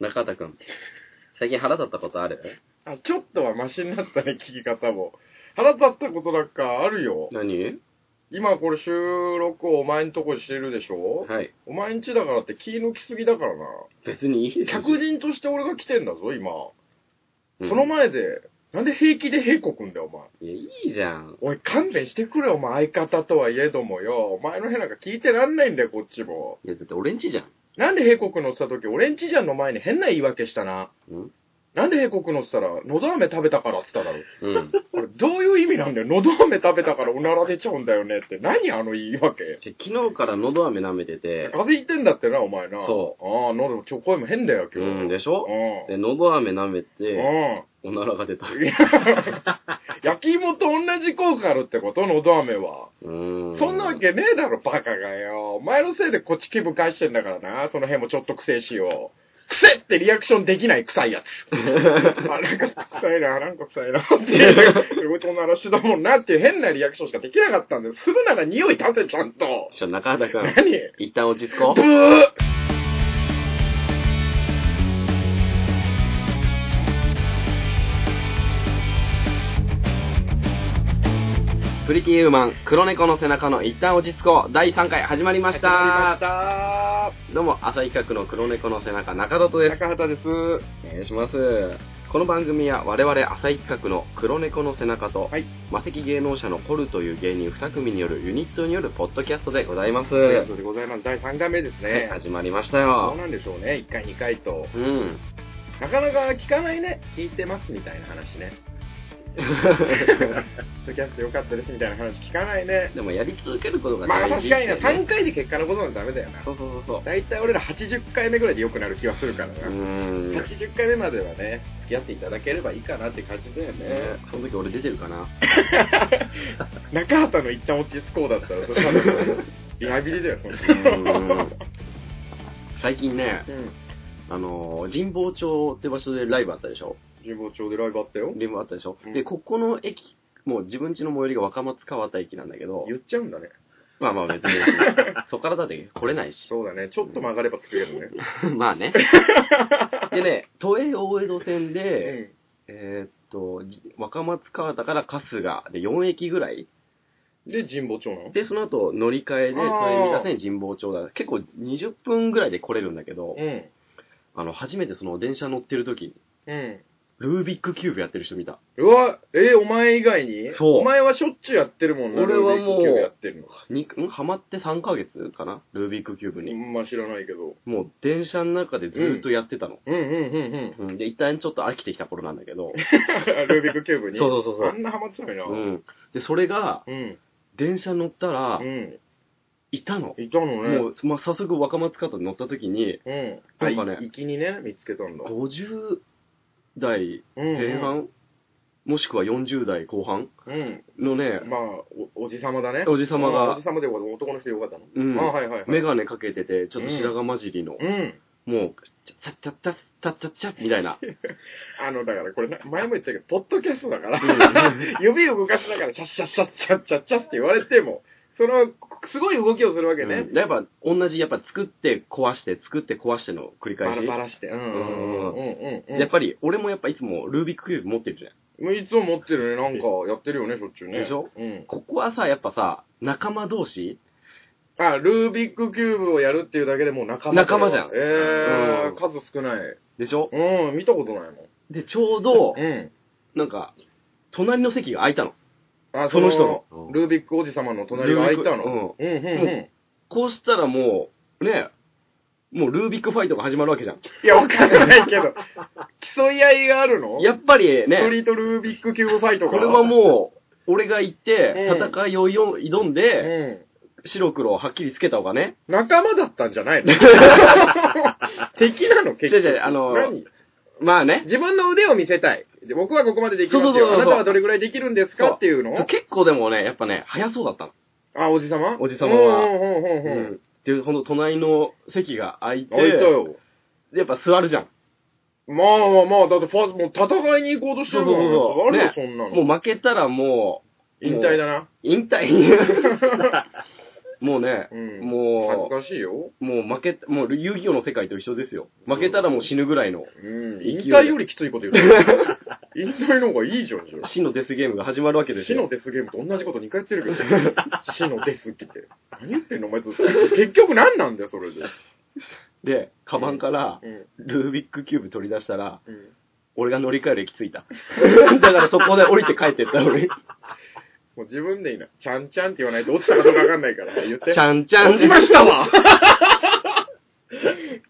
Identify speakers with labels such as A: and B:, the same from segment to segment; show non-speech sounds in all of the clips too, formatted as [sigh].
A: 中畑くん。最近腹立ったことある
B: あ、ちょっとはマシになったね、聞き方も。腹立ったことなんかあるよ。
A: 何
B: 今これ収録をお前んとこしてるでしょ
A: はい。
B: お前んちだからって気抜きすぎだからな。
A: 別にいいでしょ。
B: 客人として俺が来てんだぞ、今。
A: うん
B: その前で、なんで平気で平子くんだよ、お前。
A: いや、いいじゃん。
B: おい、勘弁してくれ、お前。相方とはいえどもよ。お前の変なんか聞いてらんないんだよ、こっちも。
A: いや、だって俺んちじゃん。
B: なんで平子くん乗ってた時、俺んちじゃんの前に変な言い訳したな。
A: うん
B: なんで平子くん乗ってたら、のど飴食べたからって言っただろ。 [laughs]
A: うん。
B: これどういう意味なんだよ。のど飴食べたからおなら出ちゃうんだよねって。何あの言い訳。
A: じゃ昨日から喉飴舐めてて、
B: 風邪ひいてんだってな、お前な。。
A: そう
B: ああ、喉もちょ、声も変だよ、
A: う
B: 今日。
A: ん、でしょ
B: う
A: で、喉飴舐め
B: ん。
A: て、
B: うん。
A: おならが出た。う
B: 焼き芋と同じ効果あるってことのど飴は。
A: ーん。
B: そんなわけねえだろ、バカがよ。お前のせいでこっち気分返してんだからな。その辺もちょっと苦戦しよう。癖ってリアクションできない臭い
A: [laughs]
B: やつ。あ、なんか臭いな、なんか臭いなっていう、 [laughs] おならしだもんなっていう変なリアクションしかできなかったんです。するなら匂い立てちゃんと。
A: ちょ、中畑くん、
B: 何
A: 一旦落ち着こ
B: ブー
A: う。プリティウーマン、黒猫の背中の一旦落ち着こう。第3回始まりまし
B: 始まりま
A: た
B: し。た
A: どうも、朝日企画の黒猫の背中、中里です。
B: 中畑です。
A: お願いします。この番組は我々浅井企画の黒猫の背中と、
B: はい
A: 魔石芸能者のコルという芸人2組によるユニットによるポッドキャストでございます。
B: ありがとうございます。第3回目です
A: はい
B: ね。
A: 始まりました
B: そう
A: よ。
B: なんでしょうね。1回、2回と。
A: うん。
B: なかなか聞かないね。聞いてますみたいな話ね。ポッドキャストよかったですみたいな話聞かないね。
A: でもやり続けることが
B: まあ
A: 大事
B: 確かにな、
A: っていうね
B: 3回で結果のことなんてダメだよな。
A: そうそうそう
B: 大体俺ら80回目ぐらいで良くなる気はするから
A: そう。う
B: な。
A: ん。ね
B: 80回目まではね、付き合っていただければいいかなって感じだよね。
A: その時俺出てるかな。
B: 中畑の一旦落ち着こうだったら、それ多分、リハビリだよ、その時。 [laughs]
A: うん最近ね、
B: うん。
A: あのー神保町って場所でライブあったでしょ
B: 神保町でライブあったよ。
A: リムあったでしょ、
B: うん
A: で、ここの駅、もう自分家の最寄りが若松川田駅なんだけど
B: 言、っちゃうんだね。
A: まあまあ別に、 [laughs] そこからだって来れないし。
B: そうだね。ちょっと曲がれば作れるね。
A: まあ [laughs] ね。でね、都営大江戸線で、
B: うん。
A: えーっと、じ若松川田から春日で4駅ぐらい。
B: で、神保町なの
A: で、その後乗り換えで、
B: あー
A: 都営三田線神保町だ。結構20分ぐらいで来れるんだけど、
B: うん。
A: あの、初めてその電車乗ってる時に、
B: うん。
A: ルービックキューブやってる人見た。
B: うわ、えーお前以外に
A: そう
B: お前はしょっちゅうやってるもんな。
A: 俺はもう
B: ルービックキューブやってる
A: に、んハマって3ヶ月かなルービックキューブに。
B: の。まあ知らないけど。
A: もう電車の中でずーっとやってたの。
B: うんうんうんうん。
A: うん。で、一旦ちょっと飽きてきた頃なんだけど。
B: [laughs] ルービックキューブに。
A: [laughs] そうそうそうそう
B: あんなハマってたのにな。
A: う。ん。で、それが、
B: うん。
A: 電車乗ったら
B: う、ん。
A: いたの。
B: いたのね。
A: もう、まあ、早速若松方に乗った時に、
B: うん。
A: なんかね
B: あ、い粋にね、見つけたんだ。
A: 50代
B: うんうん
A: 前半、もしくは40代後半
B: うん。
A: のね、
B: まあ、おおじさまだね。
A: おじさま
B: あお
A: が
B: じ、さまでよかった男の人でよかったの。
A: うん
B: あ、、はいはいはい。
A: メガネかけてて、ちょっと白髪混じりの、
B: うん。
A: もう、チャッチャッチャッチャッチャッチャッみたいな。
B: あの、だからこれな、前も言ったけど、ポッドキャストだから
A: う。ん
B: 指を動かしながら、シャッシャッシャッシャッシャッシャッって言われても、その、すごい動きをするわけね。
A: うんやっぱ、同じ、やっぱ作って壊して、作って壊しての繰り返
B: バラ
A: し。
B: バラして。うんうんうんうん。
A: やっぱり、俺もやっぱいつもルービックキューブ持ってるじゃん。
B: もういつも持ってるね、なんかやってるよね、しょっちゅうね。
A: でしょ
B: うん。
A: ここはさ、やっぱさ、仲間同士
B: あ、ルービックキューブをやるっていうだけでもう仲間。
A: 仲間じゃん
B: え
A: うん
B: ー、数少ない。
A: でしょ
B: うん、見たことないもん。
A: で、ちょうど、
B: うん。
A: なんか、隣の席が空いたの。
B: あ
A: その人
B: そ
A: の。
B: ルービックおじ様の隣が空いたの。うんうんうん。
A: こうしたらもう、ね、もうルービックファイトが始まるわけじゃん。
B: いや、わかんないけど。競い合いがあるの
A: やっぱり
B: スト
A: ね、
B: リートルービックキューブファイトが。
A: これはもう、俺が行って、
B: うん
A: 戦いを挑ん
B: う
A: で、
B: ん。
A: 白黒をはっきりつけた方がね、
B: 仲間だったんじ
A: [laughs]
B: ゃないの敵なの結
A: 違う違
B: 局。
A: うあの
B: 何
A: まあね、
B: 自分の腕を見せたい。で僕はここまでできますよ。
A: そうそうそうそう
B: あなたはどれぐらいできるんですか
A: そう
B: っていうの
A: 結構でもね、やっぱね、早そうだったの。
B: あ、おじさま
A: おじさまは
B: うんうんうんうんうん。
A: で、ほんと隣の席が空いて、
B: あ、いたよ。
A: でやっぱ座るじゃん。
B: まあまあまあ、だってファースもう戦いに行こうとしてるからね
A: そうそうそうそう
B: あるよ、
A: ね
B: そんなの。
A: もう負けたらもう、
B: [laughs] 引退だな。
A: 引退。もうね、
B: うん。恥ず
A: も
B: かしいよ。
A: う、もう負け、もう遊戯王の世界と一緒ですよ。負けたらもう死ぬぐらいの、
B: うん。
A: 勢い
B: 引
A: で
B: 退よりきついこと言う [laughs] ね引退の方がいいじゃん、じゃあ
A: 死のデスゲームが始まるわけです
B: 死
A: よ。
B: のデスゲームと同じこと2回言ってるけど、 [laughs] 死のデスって言って。何言ってんの、お前ずっと。結局何なんだよ、それで。
A: で、カバンから
B: うん。
A: ルービックキューブ取り出したら、
B: うん。
A: 俺が乗り換える駅着い
B: [laughs]
A: た。だからそこで降りて帰ってった俺。
B: もう自分でいいな。ちゃんちゃんって言わないと落ちたかどうかわかんないから、言って。
A: ちゃんちゃん
B: 落。ちました [laughs] わ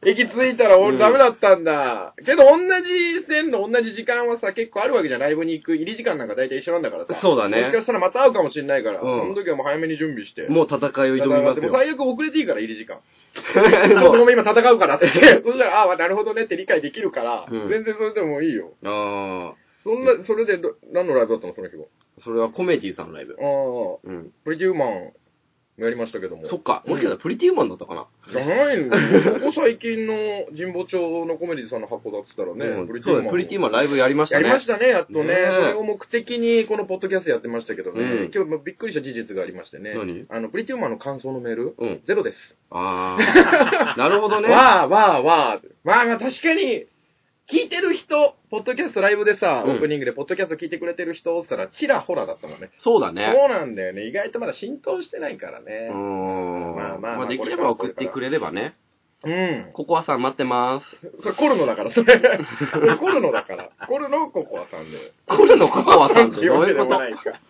B: 駅着いたら
A: う
B: 俺
A: ん
B: ダメだったんだ。けど同じ線の同じ時間はさ、結構あるわけじゃん。ライブに行く入り時間なんか大体一緒なんだからさ。
A: そうだ
B: もしか
A: ね。
B: したらまた会うかもしれないから、
A: うん
B: その時はもう早めに準備して。
A: もう戦いを挑み
B: 戦っ
A: ます
B: てもう
A: よ。
B: 最悪遅れていいから、入り時
A: [laughs]
B: 間。ちょっと
A: も
B: ご
A: う
B: めん、今戦うか
A: [laughs]
B: らって言って。そしたら、ああ、なるほどねって理解できるから、
A: うん
B: 全然それでもいいよ。
A: あ
B: そんな、それでど、何のライブだったの、その日は。
A: あ、それはコメディさんのライブ。
B: ああ、
A: うん。
B: プリティウーマン、やりましたけども。
A: そっか、俺らプリティウーマンだったかな。
B: じゃないの。ここ最近の神保町のコメディさんの箱だっつったらね、
A: うん
B: プリティ
A: そうだ
B: ーマ
A: ね
B: ン。
A: プリティー
B: マン。
A: マンライブやりまし
B: や
A: た
B: りまし
A: ね。
B: たね、やっとね。
A: ねえ
B: それを目的に、このポッドキャストやってましたけどね。
A: うん
B: 今日、まあびっくりした事実がありましてね。
A: 何
B: あの、プリティウーマンの感想のメール、
A: うん。
B: ゼロです。
A: ああ。なるほどね。
B: [laughs] わあわあわあ。まあまあ確かに、聞いてる人、ポッドキャストライブでさ、
A: うん
B: オープニングでポッドキャスト聞いてくれてる人、って言ったら、ちらほらだったもんね。
A: そうだね。
B: そうなんだよね。意外とまだ浸透してないから
A: うー
B: ね。
A: ん。
B: まあまあまあ
A: まあ、できれば送ってくれればね。
B: うん。
A: ココアさん待ってます。
B: それコルノだから、それ。それコルノだから。コルノココアさんで。
A: これのココアさんってどういう
B: で
A: こと
B: いか。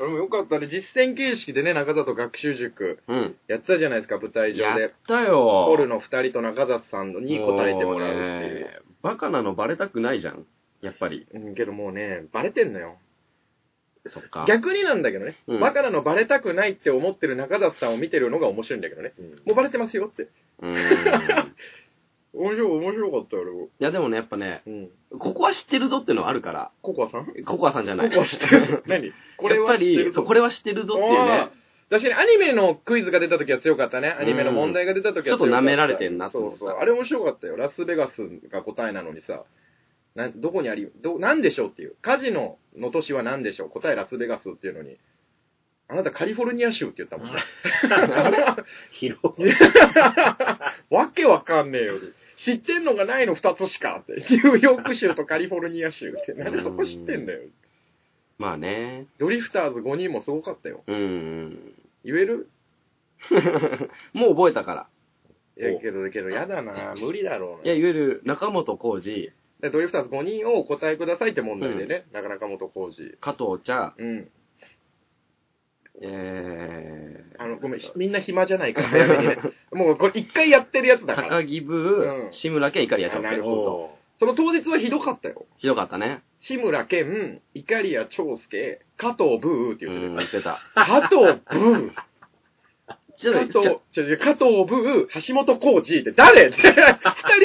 B: でもよかったね。実践形式でね、中里学習塾、
A: うん。
B: やったじゃないですか、舞台
A: や
B: 上で
A: っ。たよ。
B: コルノ二人と中里さんに答えてもらうっていう
A: も。ねバカなのバレたくないじゃん。やっぱり。
B: うん、けどもうね、バレてんのよ。
A: そっか。
B: 逆になんだけどね、
A: うん
B: バカなのバレたくないって思ってる中田さんを見てるのが面白いんだけどね。
A: うん
B: もうバレてますよって。
A: うーん。 [laughs] い
B: 面白い、面白かったよ、あれも
A: や、でもね、やっぱね、
B: うん。
A: ここは知ってるぞっていうのはあるから、
B: ココアさんコ
A: ココアさんじゃない。
B: コア知っ
A: [laughs]
B: てる何これは知
A: や
B: って
A: っぱ
B: る
A: り、そう、これは知ってるぞっていうね。
B: おー確かにアニメのクイズが出た時は強かったね。アニメの問題が出た時は強かった。
A: うんちょっと舐められてんなと
B: そ
A: 思っ
B: う
A: た
B: そう。あれ面白かったよ。ラスベガスが答えなのにさ、などこにあり、ど、なんでしょうっていう。カジノの都市は何でしょう答えラスベガスっていうのに。あなたカリフォルニア州って言ったもんね。あれは
C: 広
B: わけわかんねえよ。知ってんのがないの二つしかって。ニューヨーク州とカリフォルニア州って。なんでそこ知ってんだよ。
A: [laughs] まあね。
B: ドリフターズ5人もすごかったよ。
A: うーん。 [laughs]
B: 言える
A: もう覚えたから。
B: い
A: お
B: や、けど、けど、やだな無理だろう
A: いや、。
B: ない
A: わゆる中本浩二、
B: でドリフターズ5人をお答えくださいって問題でね。なかなか元浩二。
A: 加藤茶、
B: うん。
A: えー、
B: あの、ごめん、みんな暇じゃないから、早めに [laughs] ね。もうこれ一回やってるやつだから。
A: 高木部、
B: うん
A: 志村けん、怒りやちゃっ
B: あなる
A: て。
B: ほど。その当日はひどかったよ。
A: ひどかったね。
B: 志村けん、いかりや長介、加藤ブーって
A: う
B: 言って
A: ん、
B: る。
A: 言ってた。
B: 加藤ブー
A: ちょっ
B: 加
A: とちょ
B: 藤、ちょちょ加藤ブー、橋本浩二って誰って [laughs] 二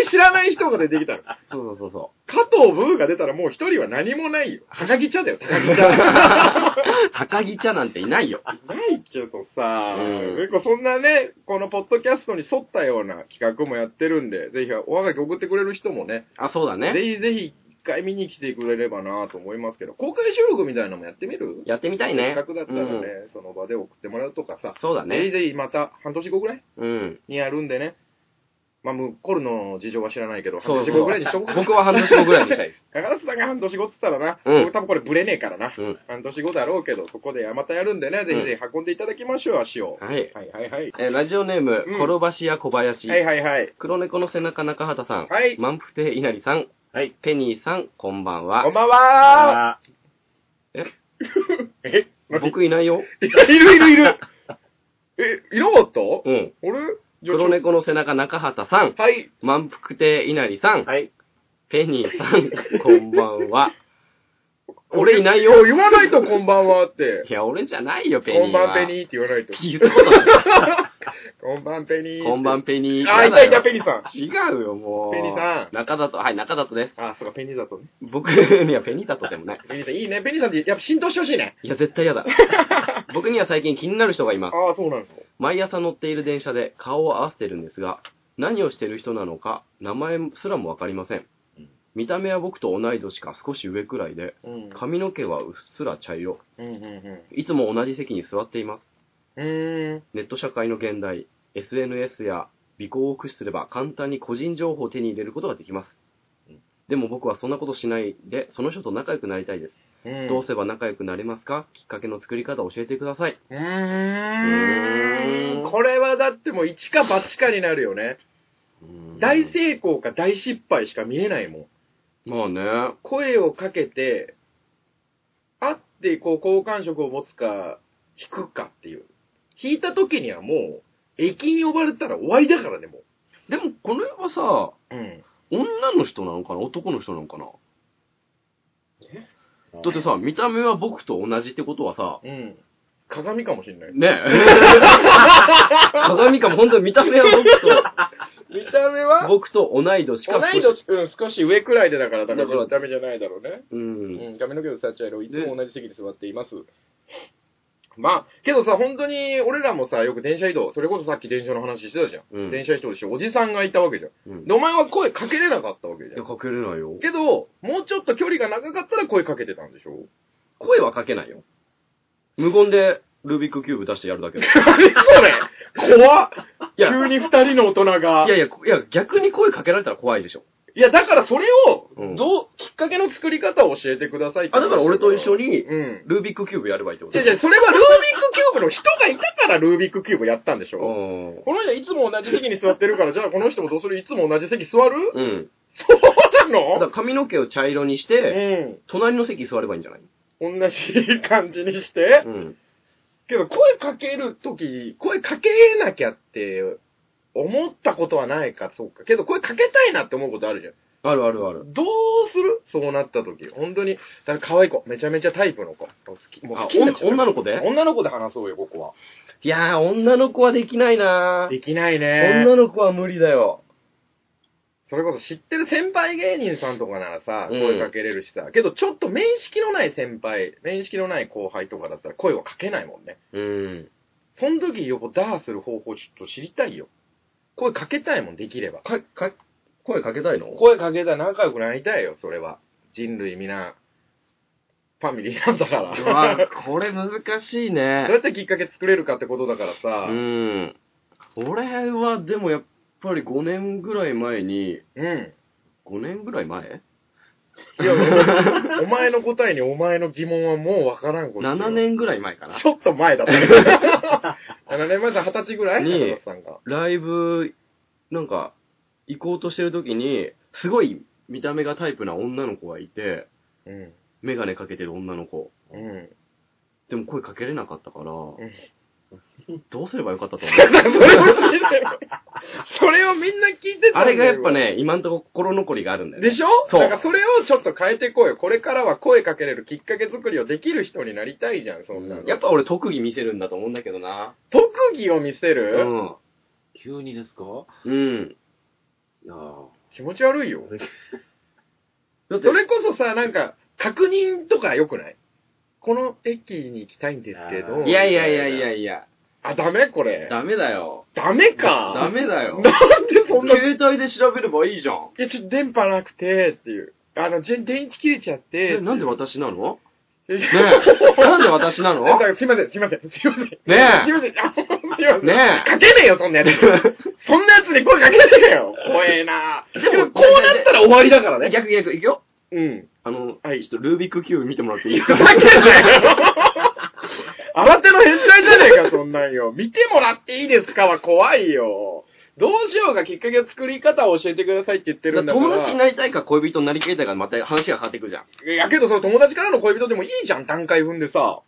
B: 人知らない人が出てきたの。
A: そうそうそうそ
B: 加藤ブーが出たらもう一人は何もないよ。高木茶だよ、高木茶。
A: う。高木茶なんていないよ。
B: [laughs] ないけどさ、
A: うん
B: 結構そんなね、このポッドキャストに沿ったような企画もやってるんで、ぜひおはがき送ってくれる人もね、
A: あ、そうだ
B: ぜ
A: ね。
B: ひぜひ一回見に来てくれればなと思いますけど、公開収録みたいなのもやってみる
A: やってみたいね。
B: せっかくだったらね、
A: うん
B: その場で送ってもらうとかさ、
A: そうだ
B: ぜひ
A: ね。
B: ぜひまた半年後ぐらい
A: うん。
B: にやるんでね。まあ、もうコルの事情は知らないけど、
A: そ
B: 半
A: うそ
B: 年
A: う
B: 後ぐらいにしとこうか。
A: 僕は半年後ぐらいにしたいです。
B: 高田さんが半年後っつったらな、
A: うん
B: 僕多分これブレねえからな。
A: うん
B: 半年後だろうけど、そこでまたやるんでね、ぜひぜひ運んでいただきましょう、足を。
A: はい。
B: はいはいはい。
A: えーラジオネーム、
B: うん
A: 転ばし屋小林、
B: はいはいはい。
A: 黒猫の背中中畑さん、
B: はい。
A: 満腹亭稲荷さん、
C: はい
A: ペニーさん、こんばん
B: こん
A: は。
B: ばんは
C: あ
B: え、何
A: 僕いないよ。
B: いやいるいるいるえ、いなかった
A: うん。
B: 俺じゃあ
A: 黒猫の背中中畑さん、
B: はい。
A: 満腹亭稲荷さん、
C: はい。
A: ペニーさん、
B: [laughs]
A: こんばんは。俺いないよ。
B: お言わないとこんばんはって。
A: いや、俺じゃないよ、ペニーは。
B: こんばんペニーって言わないと。
A: 言ったこと
B: [laughs]
A: ない。
B: こんばんペニー。
A: こんばんペニー。
B: あ、いたいた、ペニーさん。
A: 違うよ、もう。
B: ペニーさん
A: 中里、はい、中里です。
B: あ、そうか、ペニーだとね。
A: 僕にはペニー里でもない。
B: ペニーさん、いいね。ペニーさんって、やっぱ浸透してほしいね。
A: いや、絶対嫌
B: [laughs]
A: だ。僕には最近気になる人がいます。
B: ああ、そうなんですか。
A: 毎朝乗っている電車で顔を合わせてるんですが、何をしてる人なのか、名前すらもわかりません
C: うん。
A: 見た目は僕と同い年か少し上くらいで、
B: うん。
A: 髪の毛はうっすら茶色。
B: うんうんうん。
A: いつも同じ席に座っています。
B: うーん。
A: ネット社会の現代、SNS や尾行を駆使すれば簡単に個人情報を手に入れることができます
C: うん。
A: でも僕はそんなことしないで、その人と仲良くなりたいです。
B: うん
A: どうすれば仲良くなれますかきっかけの作り方を教えてください。
B: うー
A: うん
B: ん。これはだってもう一か八かになるよね。大成功か大失敗しか見えないもん。
A: まあね。
B: 声をかけて、会ってこう好感触を持つか、引くかっていう。引いた時にはもう、駅に呼ばれたら終わりだからね、も
A: でもこれはさ、
B: う。うん。
A: 女の人なのかな男の人なのかな
C: だ
A: だって、さ、見た目は僕と同じってことは
B: [laughs]
A: さ、
B: うん。鏡かもしんない。
A: ねえ。鏡かも、本当に見た目は僕と、
B: 見た目は
A: [laughs] 僕と同い年か
B: 同い年、うん、少し上くらいでだから、だか
A: だから
B: らダメじゃないだろうね。
A: う。
B: うんん、髪の毛をさっちゃ色、いつも同じ席に座っています。まあ、けどさ、本当に、俺らもさ、よく電車移動、それこそさっき電車の話してたじゃん。
A: うん。
B: 電車移動して、おじさんがいたわけじゃん。
A: うん
B: で、お前は声かけれなかったわけじ
A: い
B: ゃ
A: や、
B: ん。
A: かけれないよ。
B: けど、もうちょっと距離が長かったら声かけてたんでしょ
A: 声はかけないよ。無言で、ルービックキューブ出してやるだけだよ。
B: あれそれ怖っ
A: いや
B: [laughs] 急に二人の大人が。
A: いやいや、こいや、逆に声かけられたら怖いでしょ。
B: いや、だからそれを、
A: うん
B: どう、きっかけの作り方を教えてくださいって
A: あ、だから俺と一緒
B: に。
A: に、
B: うん。
A: ルービックキューブやればいいってこと
B: 違う違う、それはルービックキューブの人がいたからルービックキューブやったんでしょ
A: う
B: この人いつも同じ席に座ってるから、じゃあこの人もどうするいつも同じ席座る
A: ん。うん。
B: そう
A: だか
B: な
A: ら髪の毛を茶色にし
B: の
A: て、隣の席に座ればいいんじゃない
B: うん。同じ感じにして。
A: うん。
B: けど声かけるとき、声かけなきゃって思ったことはないか、そうか。けど声かけたいなって思うことあるじゃん。
A: あるあるある。
B: どうするそうなったとき。本当に、だから可愛い子、めちゃめちゃタイプの子。好き。もう
A: あ
B: 好きになっちゃった
A: 女の子で
B: 女の子で話そうよ、ここ
A: いやー、女の子はできないな
B: は。
A: ー
B: できないね。
A: 女の子は無理だよ。
B: それこそ知ってる先輩芸人さんとかならさ、
A: うん
B: 声かけれるしさ、けどちょっと面識のない先輩、面識のない後輩とかだったら声はかけないもんね。
A: うん。
B: その時横ダーする方法ちょっと知りたいよ。声かけたいもん、できれば。
A: か、か、声かけたいの
B: 声かけたら仲良くなりたいよ、それは。人類皆、ファミリーなんだから。
A: う
B: ど
A: わこれ難しいう
B: や
A: ね。
B: ってきっかけ作れるかってことだから
A: う
B: さ、
A: ん。俺は、でもやっぱり5年ぐらい前に、
B: うん。
A: 5年ぐらい前
B: いや、おお前の答えにお前の疑問はもうわからんことよ
A: ?7 年ぐらい前かな。
B: ちょっと前だったね。7年前だ、二十歳ぐらい
A: に
B: 中田さんが。
A: ライブ、なんか、行こうとしてる時に、すごい見た目がタイプな女の子がいて、
B: うん。
A: メガネかけてる女の子。
B: うん。
A: でも声かけれなかったから、どうすればよかったと思
B: そ
A: [laughs] う
B: れを聞いてるそれをみんな聞いてた
A: あ
B: んだ
A: れ
B: よ
A: がやっぱ。ね、今んとこ心残りがあるんだよね。
B: でしょ
A: そう
B: だからそれをちょっと変えていこうよ。これからは声かけれるきっかけ作りをできる人になりたいじゃん、そんなの。
A: やっぱ俺特技見せるんだと思うんだけどな。
B: 特技を見せ
A: う
B: る、
A: ん。
C: 急にですか
A: うん。
C: いやー
B: 気持ち悪いよ。
A: だって
B: それこそさ、なんか、確認とか良くないこの駅に行きたいんですけど。
A: いやいやいやいやいや、
B: あ、ダメこれ。
A: ダメだよ。
B: ダメか。
A: ダメだよ。
B: なんでそんな
A: 携帯で調べればいいじゃん。
B: いや、ちょっと電波なくて、っていう。あの、ぜ電池切れちゃって。
A: え、なんで私な
B: [laughs]
A: の
B: え
A: ねえ。なんで私なの
B: だか
A: ね
B: らすいません、すいません、すいません。ね
A: え
B: すいません、あ、すいません。
A: え。
B: かけねえよ、そんなやつ。
A: [laughs]
B: そんなやつに声かけねえよ。怖えなでも、こうなったら終わりだからね。
A: 逆逆、いくよ。
B: うん。 [laughs]
A: あの、
B: はい
A: ちょっとルービックキューブ見てもらっていいか [laughs]
B: ふざけんなよ。新手の変態じゃねえか、そんなんよ。見てもらっていいですかは怖いよ。どうしようがきっかけ作り方を教えてくださいって言ってるんだから。
A: 友達になりたいか恋人になりきりたいかまた話が変わってくるじゃん。
B: いや、けどその友達からの恋人でもいいじゃん、段階踏んでさ。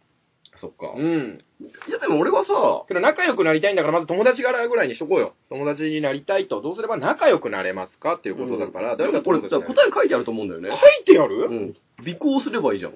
A: そっか
B: うん。
A: いやでも俺はさ、
B: けど仲良くなりたいんだから、まず友達からぐらいにしとこうよ。友達になりたいと、どうすれば仲良くなれますかっていうことだから、
A: で
B: 誰
A: も
B: が
A: これ
B: 友
A: さ
B: 達にな
A: 答
B: る
A: え書いてあると思うんだよ
B: 書
A: ね。
B: いてや
A: う
B: る
A: ん。尾行すればいいじゃん。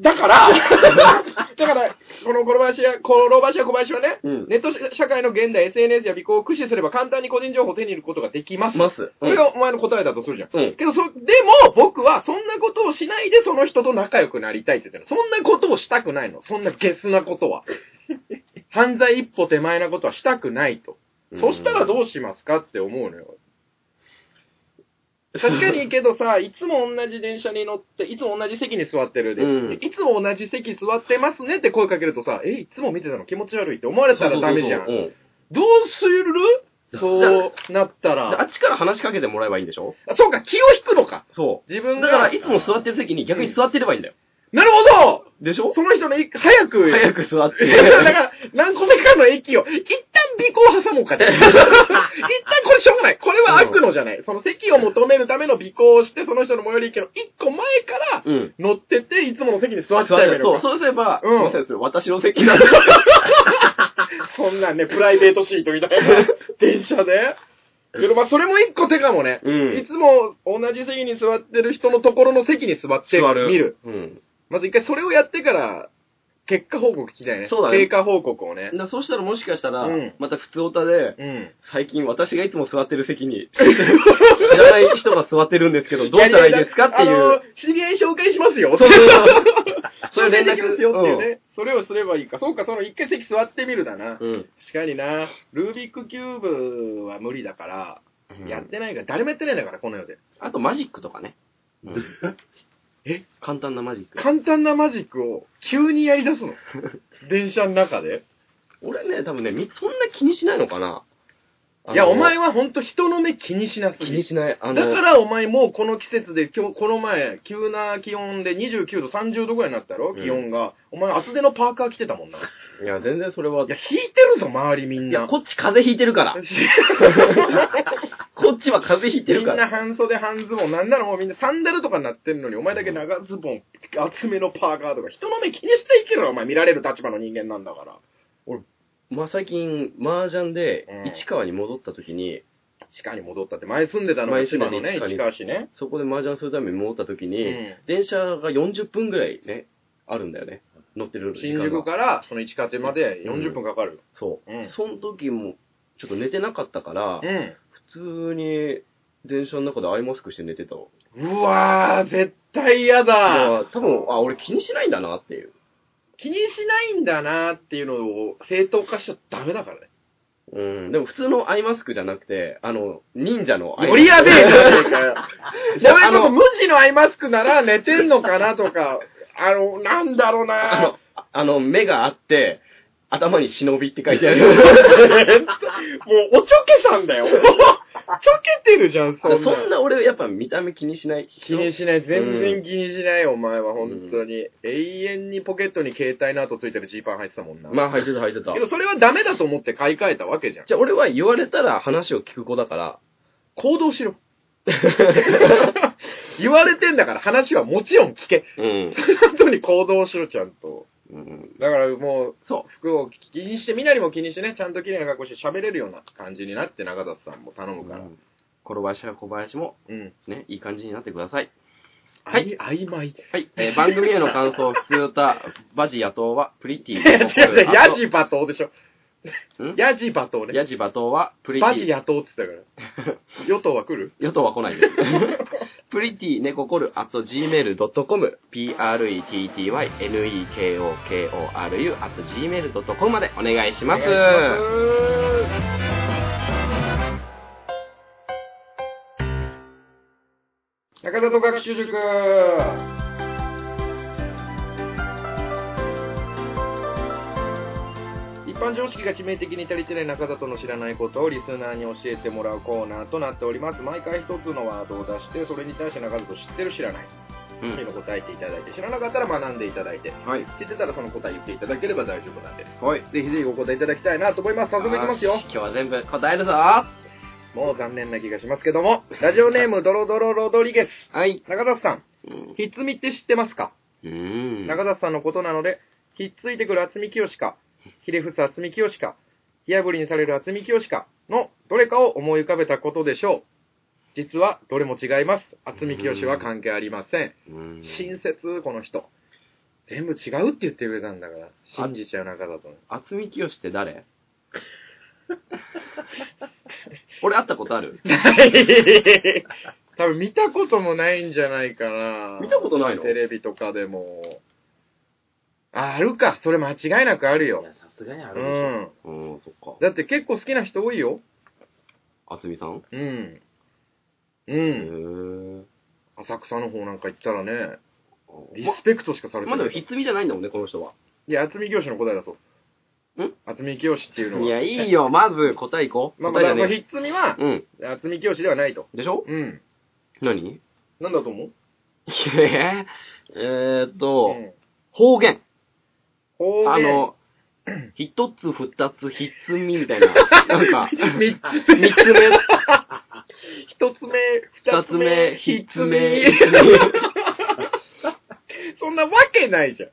B: だから、 [laughs] だから、この、この林や、この林や小林はね、
A: うん。
B: ネット社会の現代、SNS や尾行を駆使すれば簡単に個人情報を手に入れることができます。
A: ます。
B: これがお前の答えだとするじゃん。
A: うん。
B: けど、そ、でも、僕は、そんなことをしないで、その人と仲良くなりたいって言ってるの。そんなことをしたくないの。そんなゲスなこと [laughs] は。犯罪一歩手前なことはしたくないと。そしたら
A: う
B: どうしますかって思うのよ。確かにいいけ
A: [laughs]
B: どさ、いつも同じ電車に乗って、いつも同じ席に座ってるで、
A: うん
B: いつも同じ席座ってますねって声かけるとさ、え、いつも見てたの気持ち悪いって思われたらダメじゃん。
A: そうそうそううん
B: どうするそうなった
A: であ
B: ら。
A: っちから話しかけてもらえばいいんでしょ
B: あそうか、気を引くのか。
A: そ
B: 自
A: う。
B: 分
A: だ
B: が。
A: から、いつも座ってる席に逆に座ってればいいんだよ。
B: なるほ
A: でしょ
B: どその人のい、早く。
A: 早く座っ
B: いや [laughs] だか
A: て。
B: ら、何個目かの駅を、一旦尾行挟もう
A: [laughs]
B: かって。一旦これしょうがない。これは悪のじゃない。その席を求めるための尾行をして、その人の最寄り駅の一個前から
A: うん。
B: 乗ってて、いつもの席に座
A: 座
B: っ
A: っ
B: ちゃえばい
A: て
B: い
A: そ
B: の
A: う、
B: か。
A: そうすれば、
B: うん
A: すいませんそれ私の席なんで。
B: そんなんね、プライベートシートみた
A: [laughs]
B: いな電車で。けどまあ、それも一個手かもね。
A: うん
B: いつも同じ席に座ってる人のところの席に座って
A: 座る
B: 見る。
A: うん。
B: まず一回それをやってから、結果報告聞きたいね。
A: そうだね
B: 経過報告をね
A: だ。からそうしたらもしかしたら
B: うん、
A: また普通オタで、
B: うん。
A: 最近私がいつも座ってる席
B: [laughs]
A: に、知らない人が座ってるんですけど、どうしたらいいですかってい
B: ややだあの
A: う。
B: 知り合い紹介しますよ。
A: そうい
B: 紹
A: う
B: 介
A: 連
B: でき
A: 絡
B: ますよっていうね。それをすればいいか。そうか、その一回席座ってみるだな。
A: うん。
B: 確かにな。ルービックキューブは無理だから、
A: うん
B: やってないから、誰もやってないんだから、この世で。
A: あとマジックとかね。
B: え
A: 簡単なマジック。
B: 簡単なマジックを急にやり出 [laughs] すの。電車の中で。
A: 俺ね、多分ね、みそんな気にしないのかな。
B: いや、お前
A: は
B: は本当人の目気にしなす
A: 気
B: ぎ
A: に。しない。あ
B: だ
A: の、
B: からお前もうこの季節で、今日、この前、急な気温で29度、30度ぐらいになったろ、気温が。お前、厚手のパーカー着てたもんな。
A: いや、全然それは。
B: いや、引いてるぞ、周りみん
A: い
B: な
A: や、。こっち風邪ひいてるから。こっちは風邪ひいて
B: み
A: るか
B: ん
A: ら。
B: な半袖半ズボン、なんならもうみんなサンダルとかになってんのに、お前だけ長ズボン、厚めのパーカーとか、人の目気にしていけろよ、お前見られる立場の人間なんだから。
A: まあ、最近、麻雀で
B: うん
A: 市川に戻った時に、
B: 地下に戻ったって、前住んでたのが
A: 前
B: 千
A: 住
B: 葉
A: んで
B: の
A: た
B: ね、市
A: 市
B: 川
A: 川
B: 市ね。
A: そこで麻雀するために戻った時
B: う
A: に、
B: ん。
A: 電車が40分ぐらいね、あるんだよね。乗ってる時
B: 新
A: 間
B: 宿
A: が。
B: から、その市川手まで40分かかる。
A: そう。
B: うん
A: その時も、ちょっと寝てなかったから、
B: うん。
A: 普通に電車の中でアイマスクして寝てたわ。
B: うわー、絶対嫌だ。
A: あ多分、あ、俺気にしないんだなっていう。
B: 気にしないんだなーっていうのを正当化しちゃダメだからね。
A: うん、でも普通のアイマスクじゃなくて、あの、忍者のアイマ
B: よりやべえじゃねえかよ。
A: じ
B: [laughs]
A: ゃあ
B: そ
A: あ
B: れこそ
A: の
B: 無地のアイマスクなら寝てんのかなとか、あの、なんだろう
A: あ
B: な
A: の、ああの、目があって、頭に忍びって書いてある。
B: もうおちょけさんだよ。ちょけてるじゃん、そん
A: そ
B: な。
A: んな俺、やっぱ見た目気にしない。
B: 気に
A: し
B: しない、全然気にしない、お前は、本当に。永遠にポケットに携帯の後ついてるジーパン入ってたもんな。
A: まあ、履いてた、履いてた
B: け。どそれはダメだと思って買い替えたわけじゃん。
A: じゃあ俺は言われたら話を聞く子だから、
B: 行動しろ。 [laughs] 言われてんだから話はもちろん聞け。
A: うん。
B: 本当に行動しろ、ちゃんと。
A: うん、
B: だからもう、
A: そ
B: 服を気にして、身なりも気にしてね、ちゃんと綺麗な格好して喋れるような感じになって、中田さんも頼
A: う。
B: むから。
A: 転ばしや小林も、
B: うん。
A: ね、いい感じになってください。
B: は。
A: はい
B: 曖昧。
A: はい。えー番組への感想、普通歌、バジ野党は、プリティ。
B: いや、違う違う、ヤジ
A: ん
B: 罵倒でしょ。ヤジ罵倒ね。
A: ヤジ罵倒は、プリティ。
B: バジ野党って言って
A: [laughs]
B: たから。与党は来る
A: 与党は来ないです。 [laughs] プリティネココル at gmail.com p-r-e-t-t-y-n-e-k-o-k-o-r-u at gmail.com までお願いします。
B: お願いします中田と学習塾一般常識が致命的に足りてない中田との知らないことをリスナーに教えてもらうコーナーとなっております毎回一つのワードを出してそれに対して中田と知ってる知らない
A: うん
B: というのを答えていただいて知らなかったら学んでいただいて
A: はい。
B: 知ってたらその答え言っていただければ大丈夫なんで
A: はい。
B: ぜひぜひお答えいただきたいなと思います早速いきますよ
A: し今日は全部答えるぞ
B: もう残念な気がしますけどもラジオネ
A: [laughs]
B: ームドロドロロドリゲス
A: はい。
B: 中田さん
A: うん。
B: ひつみって知ってますか
A: うん
B: 中田さんのことなので、ひっついてくる厚み清しか、ひれ伏す厚み清しか、火破りにされる厚み清しかのどれかを思い浮かべたことでしょう。実はどれも違います。厚み清しは関係ありません。
A: うん
B: 親切、この人。全部違うって言ってくれたんだから、信じちゃう中だと。
A: 厚み清って誰 [laughs] 俺会ったことある
B: [laughs] 多分見たこともないんじゃないかな。
A: 見たことないの
B: テレビとかでも。あ、あるか。それ間違いなくある
C: い
B: よ。
C: や、さすがにあ
B: う
C: るでしょ。
B: ん。
A: うん、そっか。
B: だって結構好きな人多いよ。
A: 厚みさん
B: うん。う
A: へ
B: ん。
A: ー
B: 浅草の方なんか行ったらね、リ
A: ま
B: スペクトしかされて
A: まあ
B: な
A: で
B: い。
A: も、ひつみじゃないんだもんね、この人は。
B: いや、厚み教師の答えだと。
A: ん
B: 厚み教師っていうのは。
A: いや、いいよ、まず答えいこう。
B: まあ、ま
A: 答えだ
B: あ、まあ、
A: ね。
B: ひっつみは、
A: うん。
B: 厚み教師ではないと。
A: でしょ
B: うん。
A: 何
B: なんだと思う
A: えー、えーっと、
B: ん。
A: 方言。
B: 方言
A: あ、
B: [laughs]
A: の、一つ、二つ、ひつみみたいな。なんか、
B: 三つ、
A: 三つ目、
B: 一つ目、
A: 二つ目、ひつめ。
B: [laughs] そんなわけないじゃん。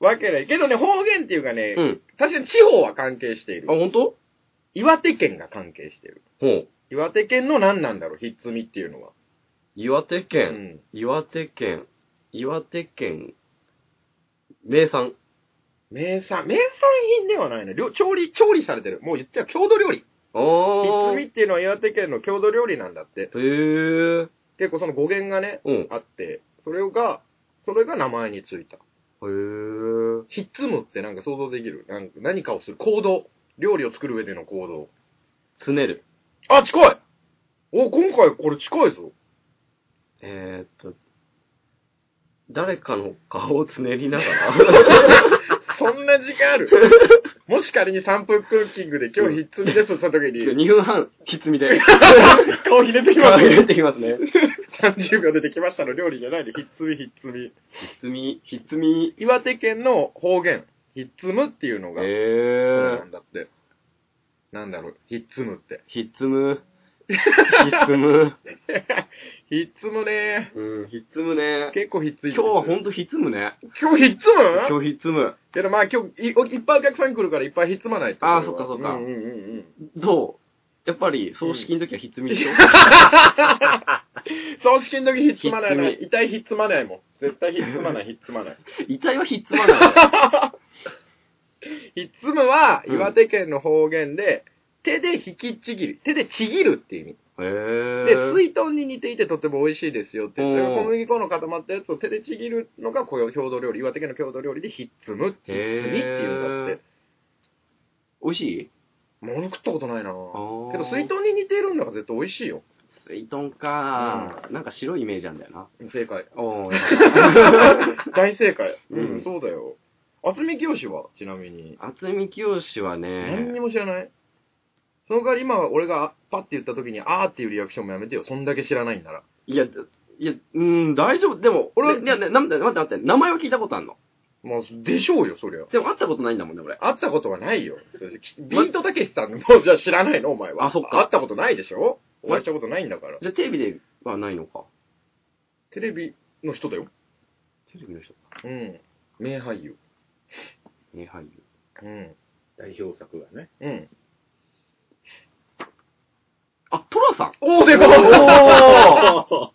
B: わけない。けどね、方言っていうかね、
A: うん。
B: 確かに地方は関係してい
A: あ、
B: る。
A: ほんと
B: 岩手県が関係している。
A: ほう。
B: 岩手県の何なんだろう、ひっつみっていうのは。
A: 岩手
B: う
A: 県、
B: ん。
A: 岩手県、岩手県、名産。
B: 名産、名産品ではないね。料調理、調理されてる。もう言っちゃう郷土料
A: あ
B: 理。ひっつ
A: ー。
B: み
A: へ
B: っていうのは岩手県の郷土料理なんだって。
A: ー。
B: 結構その語源がね、
A: うん。
B: あって、それが、それが名前についた。
A: へー。
B: ひっつむってなんか想像できる。なんか何かをする。行動。料理を作る上での行動。
A: つねる。
B: あ、近いお、今回これ近いぞ。
A: えー、っと、誰かの顔をつねりなが [laughs] ら。
B: そんな時間
A: [laughs]
B: あるもし仮に3分クッキングで今日ひっつみですって言った時に、
A: 2分半、ひつみで。
B: 顔ひねってきま
A: 顔が
B: すね。
A: 出てきますね。
B: 30秒出てきましたの料理じゃないで、ひっつみひっつみ。
A: ひつみ、ひつみ。
B: 岩手県の方言、ひっつむっていうの
A: へ
B: が、そう
A: ー
B: な。んだって。なんだろう、ひっつむって。
A: ひっつむ。ひっつむ。
B: ひっつむね
A: うん、ひっつむね。
B: 結構ひっつい
A: 今
B: てる
A: 日はほんとひっつむね。
B: 今日ひっつむ
A: 今日ひっつむ。
B: けどまあ今日い、おいっぱいお客さん来るからいっぱいひっつまないと。
A: あー
B: れは
A: そっかそっか
B: うんうんうんうん。
A: どうやっぱり、葬式の時はひっつみでしょ、
B: 葬式の時ひっつまないな。
A: ひっつ
B: 遺体ひっつまないもん。絶対ひっつまない、ひっつまない。
A: 遺体はひっつま [laughs] ない。
B: ひっつむは
A: うん
B: 岩手県の方言で、手で引きちぎる。手でちぎるっていう意味。
A: へぇ
B: で、
A: ー。
B: 水遁に似ていてとても美味しいですよって言って。
A: うん
B: 小麦粉の固まったやつを手でちぎるのがこう郷土料理、岩手県の郷土料理でひっつむっていう、ひっつみっていうんだって。
A: 美味しい
B: もの食ったことないな
A: あー
B: けど水遁に似ているのが絶対美味しいよ。
A: 水豚か、なんか白いイメージなんだよな。
B: 正 [laughs] 解。
A: おー、
B: 大正解。う、
A: うんん
B: そうだよ。渥美清は、ちなみに。
A: 厚み清は
B: 何に
A: ね、
B: も知らない。その代わり今、俺がパッて言った時に、あーっていうリアクションもやめてよ。そんだけ知らないんなら。
A: いや、いや、うん、大丈夫。でも、俺は、いや、ね、な待って待って、名前は聞いたことあるの。
B: もう、でしょうよ、そりゃ。
A: でも会ったことないんだもんね、俺。
B: 会ったことはないよ。それきビートたけしさんもじゃあ知らないの、お前は。
A: あそっか
B: 会ったことないでしょ
A: ま
B: お会いしたことないんだから。
A: じゃあテレビではないのか。
B: テレビの人だよ。
A: テレビの人か。
B: うん。名俳優。
A: ね、俳優。
B: うん。
C: 代表作が
B: [laughs]
C: ね。
B: うん。
A: あ、トラさん
B: おー、で
A: おー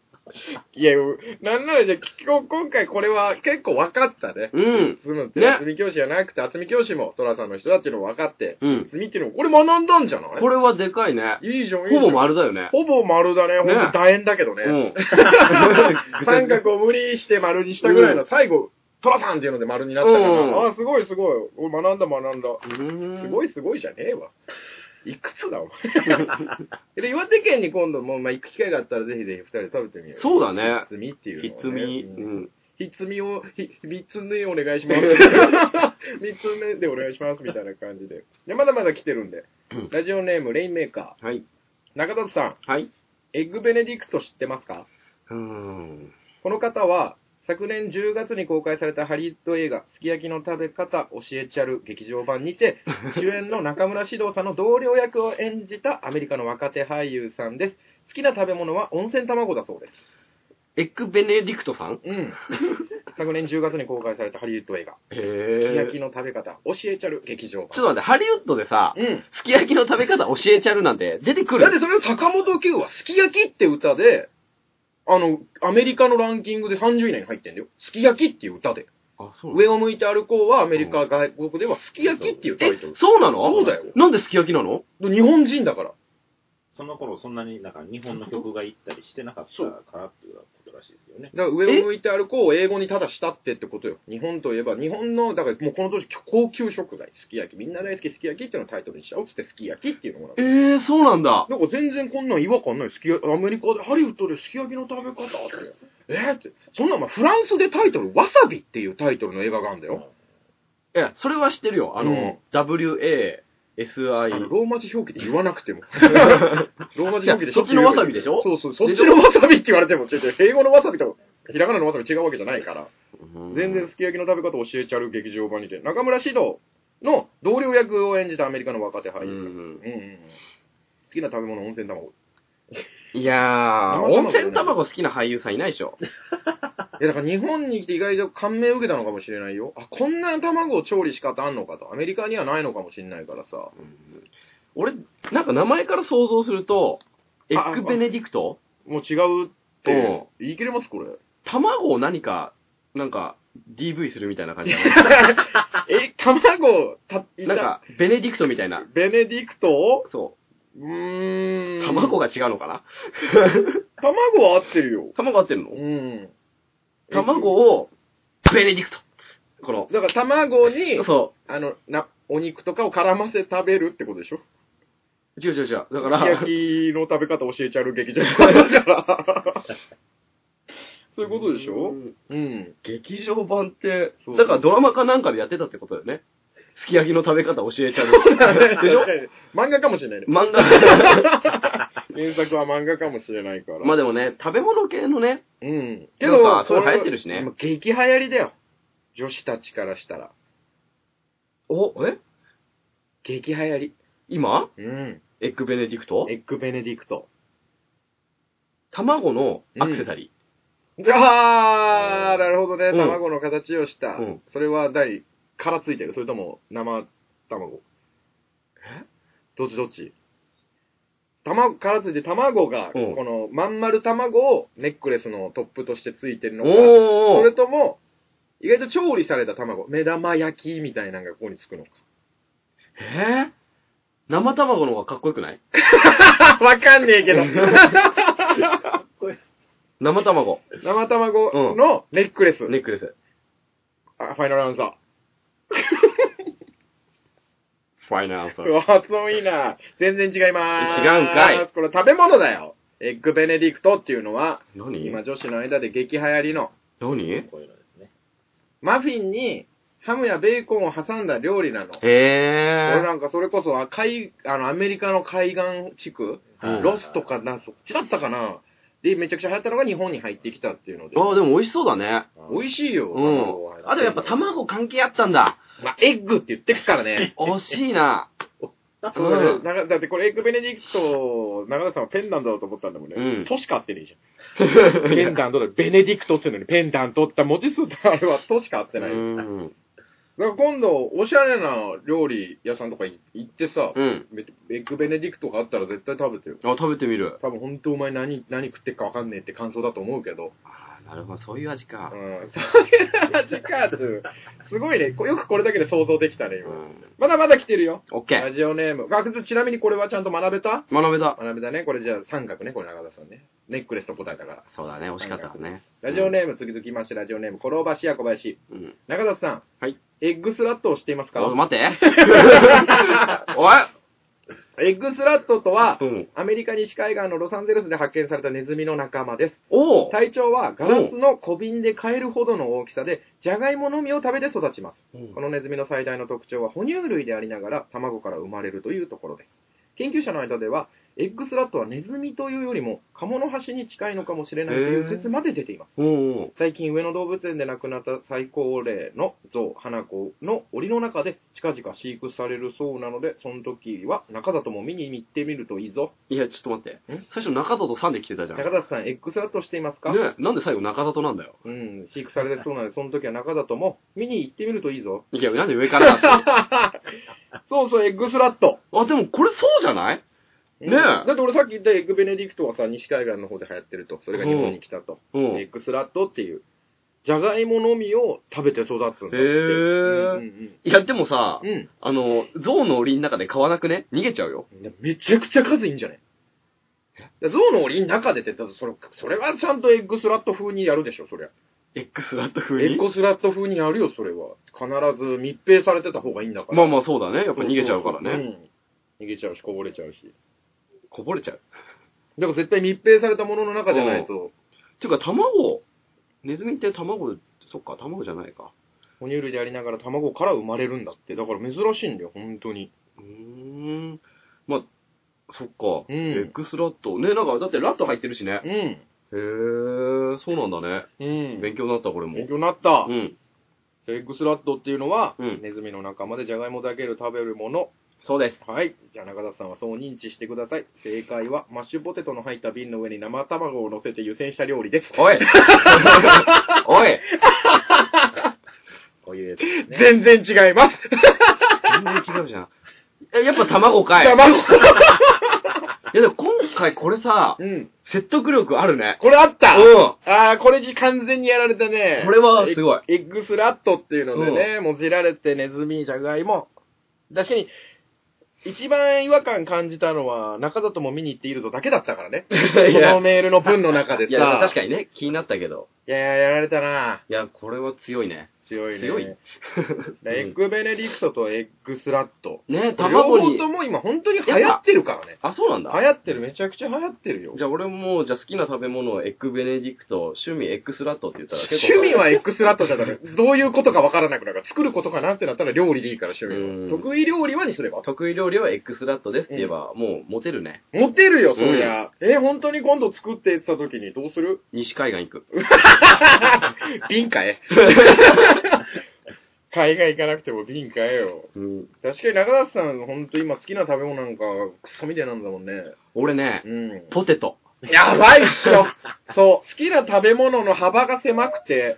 B: いや、なんならじゃあ、今日今回これは結構分かったね。
A: [laughs] うん。
B: 住むって、
A: ね
B: 渥美教師じゃなくて、渥美教師も寅さんの人だっていうのを分かって、
A: うん。
B: 住みっていうのも、これ学んだんじゃない
A: これはでかいね。
B: いいじゃん、いいじゃ
A: ほ
B: ん。
A: ぼ丸だよね。
B: ほぼ丸だね。ほんと楕円だけどね。 [laughs]
A: うん。
B: 三角を無理して丸にしたぐらいの、最後、寅さんっていうので丸になったから、
A: うん
B: ああ、すごいすごい。お学んだ学んだ。すご
A: い。
B: いすごいじゃねえわ。いくつだ、お
A: [laughs]
B: 前。で、岩手県に今度も、まあ、行く機会があったら、ぜひぜひ二人で食べてみよう。
A: そうだね。
B: ひつみっていうの
A: ひ
B: をね
A: つみ。う
B: うん
A: ん。
B: ひつみを、ひ、三つ目お願いします。 [laughs] 三つ目でお願いします、みたいな感じで。で、まだまだ来てるんで
A: うん。
B: ラジオネーム、レインメーカ
A: はい。
B: ー。中里さん、
A: はい。
B: エッグベネディクト知ってますか
A: うーん。
B: この方は、昨年10月に公開されたハリウッド映画、すき焼きの食べ方教えちゃる劇場版
A: [laughs]
B: にて、主演の中村獅童さんの同僚役を演じたアメリカの若手俳優さんです。好きな食べ物は温泉卵だそうです。
A: エッグベネディクトさん [laughs]
B: うん。昨年10月に公開されたハリウッド映画、すき
A: へ
B: 焼き
A: え。
B: の食べ方教えちゃる劇場版。
A: ちょっと待って、ハリウッドでさ、
B: うん。
A: すき焼きの食べ方教えちゃるなんて出てく
B: だって
A: る
B: それを坂本九は、すき焼きって歌で、あの、アメリカのランキングで30位以内に入ってんだよ。すき焼きっていう歌で。
A: あ、そ
B: 上を向いて歩こうはアメリカ、外国ではすき焼きっていうタイトル。
A: そうなの
B: そうだよ
A: なんですき焼きなの
B: 日本人だから。
C: その頃そんなになんか日本の曲が行ったりしてなかったからっていうこと
B: らしいですけどね。だから上を向いて歩こうを英語にただしたってってことよ。日本といえば、日本の、だからもうこの年高級食材、すき焼き。みんな大好きすき焼きっていうのをタイトルにしちゃおうっつってすき焼きっていうのもら
A: えー、そうなんだ。
B: なんか全然こんなん違和感ない。すき焼きアメリカでハリウッドですき焼きの食べ方って。えー、って。そんなんお前フランスでタイトル、わさびっていうタイトルの映画があるんだよ。
A: いや、それは知ってるよ。あの、
B: う
A: WASI
B: あ。のローマ字表記で言わなく
A: [laughs]
B: ても。ローマ字表記で
A: そっちのわさびでしょ
B: そうそう、そっちのわさびって言われても、ちょっと英語のわさびとひらがなのわさび違うわけじゃないから、
A: うん
B: 全然すき焼きの食べ方教えちゃう劇場版にて、中村獅童の同僚役を演じたアメリカの若手俳
A: う
B: 優さん。うん
A: ん
B: うんうん好きな食べ物、温泉卵。
A: いやー、
B: 生卵
A: 温泉卵好きな俳優さんいないでしょ。
B: いや、だから日本に来て意外と感銘を受けたのかもしれないよ。あ、こんな卵を調理し方あんのかと。アメリカにはないのかもしれないからさ。
A: 俺、なんか名前から想像すると、エ
B: あ
A: ッグベネディクト
B: もう違うって
A: う、
B: 言い切れますこれ。
A: 卵を何か、なんか、DV するみたいな感じだね
B: え、卵、た、い
A: なん
B: た、
A: か、ベネディクトみたいな。
B: ベネディクトを
A: そう
B: ー
A: う。
B: ん。
A: 卵が違うのかな
B: 卵は合ってるよ。
A: 卵合ってるの
B: うん。
A: 卵を、ベネディクトこの、
B: だから
A: [laughs]
B: 卵に、
A: そ
B: あの、な、お肉とかを絡ませて食べるってことでしょ
A: う。違う違う違う。だか
B: すき焼
A: ら、
B: きの食べ方教えちゃう劇場だ
A: [laughs]
B: から。そういうことでしょ
A: うん
B: うん。
A: 劇場版って
B: そう、
A: だからドラマかなんかでやってたってことだよね。すき焼きの食べ方教えちゃう。でしょ
B: [laughs] 漫画かもしれないね。
A: 漫画。
B: 原作は漫画かもしれないから。
A: まあでもね、食べ物系のね、
B: うん。け
A: なん
B: ど
A: か、それ流行ってるしね
B: もう激流行りだよ。女子たちからしたら。
A: お、え
B: 激流行り。
A: 今
B: うん。
A: エッグベネディクト
B: エッグベネディクト。
A: 卵のアクセサリ
B: あー、なるほどね。
A: うん
B: 卵の形をした。
A: うん
B: それは何殻ついてるそれとも生卵
A: え
B: どっちどっち卵、殻ついて卵が、
A: うん
B: このまん丸卵をネックレスのトップとしてついてる
A: ー。
B: のか、そ
A: お
B: れ
A: ー
B: とも、意外と調理された卵、目玉焼きみたいなのがここにつくのか。
A: [laughs] えー生卵の方がかっこよくない
B: わかんねえけど。
A: 生卵、
B: [laughs] 生卵のネックレス。
A: ネックレス。
B: あファイナルアンサー。
A: ファイナルアンサ
B: う
A: ー。
B: わ、発音いいな。全然違いまーす。
A: 違うんかい。
B: これ食べ物だよ。エッグベネディクトっていうのは、
A: 何
B: 今女子の間で激流行りの、
A: 何へ
C: こういうのですね。
B: マフィンにハムやベーコンを挟んだ料理なの。俺
A: え。
B: なんかそれこそ、あ海、あの、アメリカの海岸地区、
A: うん
B: ロスとかな、そっちだったかな。で、めちゃくちゃ流行ったのが日本に入ってきたっていうので。
A: ああ、でも美味しそうだね。
B: 美味しいよ。卵は
A: うん。あとやっぱ。卵関係あったんだ。
B: まあ、エッグって言ってっか
A: [laughs]
B: らね。
A: 惜しいな。
B: そうだ
A: うん
B: ねなだってこれエッグベネディクト、長田さんはペンダントだと思ったんだもんね。
A: うん
B: としか合ってねえじゃん。ペンダントだ。ベネディクトっていうのにペンダントって文字数とあれはとしか合ってない。だ
A: うん。
B: から今度、おしゃれな料理屋さんとかい行ってさ、
A: うん。
B: めエッグベネディクトがあったら絶対食べてよ。
A: あ、食べてみる。
B: 多分本当お前何、何食ってっかわかんねえって感想だと思うけど。
A: ああ、なるほど。そういう味
B: う
A: か。
B: ん。そういう味かってすごいね。こよくこれだけで想像できたね、
A: う
B: 今。
A: ん。
B: まだまだ来てるよ。
A: オッケー。
B: ラジオネーム。学徒ちなみにこれはちゃんと学べた
A: 学べだ。
B: 学びだね。これじゃあ三角ね、これ中田さんね。ネックレスと答えたから。
A: そうだね、惜しかったね。
B: ラジオネーム、続きまして、ラジオネーム、転ばしや小林。
A: うん。
B: 中田さん。
A: はい。
B: エッグスラットを知っていますか
A: あ待って。
B: [laughs]
A: おい
B: エッグスラットとは
A: う、ん。
B: アメリカ西海岸のロサンゼルスで発見されたネズミの仲間です。
A: おお
B: 体長はガラスの小瓶で買えるほどの大きさで、ジャガイモの実を食べて育ちます。このネズミの最大の特徴は哺乳類でありながら卵から生まれるというところです。研究者の間では、エッグスラットはネズミというよりも、カモノハシに近いのかもしれないという説まで出ています。
A: おお
B: 最近、上野動物園で亡くなった最高齢の象、花子の檻の中で近々飼育されるそうなので、その時は中里も見に行ってみるといいぞ。
A: いや、ちょっと待って
B: ん。
A: 最初中里さんで来てたじゃん。
B: 中里さん、エッグスラットしていますか、
A: ねなんで最後中里なんだよ。
B: うん、飼育されてそうなので、その時は中里も見に行ってみるといいぞ。
A: いや、なんで上からだし。あ、
B: [laughs] そうそう、エッグスラット。 [laughs]
A: でもこれそうじゃないねえ
B: だって俺さっき言ったエッグベネディクトはさ、西海岸の方で流行ってると。それが日本に来たと。
A: う
B: エッ
A: ん。
B: グスラットっていう、じゃがいものみを食べて育つんだって。
A: へー
B: うん
A: いや、でもさ
B: うん、うん。あ
A: あの、象の檻の中で買わなくね逃げちゃうよ。
B: めちゃくちゃ数いいんじゃないで象の檻の中でって、だってそれ、それはちゃんとエッグスラット風にやるでしょ、そりゃ。
A: X ラット風
B: エ
A: に
B: ッグスラット風にやるよ、それは。必ず密閉されてた方がいいんだから。
A: まあまあそうだね。やっぱ逃げちゃうから
B: そそ
A: ね。
B: そうん。逃げちゃうし、こぼれちゃうし。
A: こぼれちゃう。
B: だから絶対密閉されたものの中じゃないと、
A: ていうか、卵、ネズミって卵、そっか、卵じゃないか。
B: 哺乳類でありながら卵から生まれるんだって。だから珍しいんだよ、本当に。
A: うーん。まあ、そっか。
B: うん
A: エッグスラット。ね、なんか、だってラット入ってるしね。
B: うん。
A: へー、そうなんだね。
B: うん。
A: 勉強になった、これも。
B: 勉強になった。
A: うん。
B: じゃあエッグスラットっていうのは、
A: うん
B: ネズミの仲間でジャガイモだけで食べるもの。
A: そうです。
B: はい。じゃあ中田さんはそう認知してください。正解は、マッシュポテトの入った瓶の上に生卵を乗せて湯煎した料理です。
A: おい [laughs] おい
C: こういうやつ。
B: [laughs] 全然違います。
A: 全然違うじゃん。え、やっぱ卵かい。い
B: 卵。
A: やでも今回これさ、
B: うん。
A: 説得力あるね。
B: これあった
A: うん。
B: ああ、これじ完全にやられたね。
A: これはすごい。
B: エッグスラットっていうのでね、もじられてネズミ、ジャガイモ。確かに、一番違和感感じたのは、中里も見に行っているぞだけだったからね。こ
A: [laughs] いや
B: のメールの文の中でさ。
A: いや、確かにね、気になったけど。
B: いやいや、やられたない
A: や、これは強いね。
B: 強いね。 [laughs]
A: 強い
B: だエッグベネディクトとエッグスラット。
A: ね、
B: 両
A: 卵
B: 方
A: に
B: と。も今本当に流行ってるからね。
A: あ、そうなん
B: 流
A: だ。
B: 行ってる、めちゃくちゃ流行ってるよ。
A: じゃあ俺も、じゃあ好きな食べ物をエッグベネディクト、趣味エッグスラットって言ったら結構。
B: 趣味は X ラットじゃダ [laughs] メ。どういうことかわからなくなるから、作ることかなってなったら料理でいいから趣味
A: う
B: は。
A: ん
B: 得意料理はにすれば。
A: 得意料理はエッグスラットですって言えば、もうモテるね。
B: モテるよ、そりゃ。え、本当に今度作ってって言った時にどうす [laughs] る
A: 西海岸行く。
B: 瓶かえ。 [laughs] 海外行かなくても瓶かえよ。
A: うん。
B: 確かに中田さん、本当今好きな食べ物なんか、クソみたいなんだもんね。
A: 俺ね、
B: うん。
A: ポテト。
B: やばいっし [laughs] ょ。そう、好きな食べ物の幅が狭くて、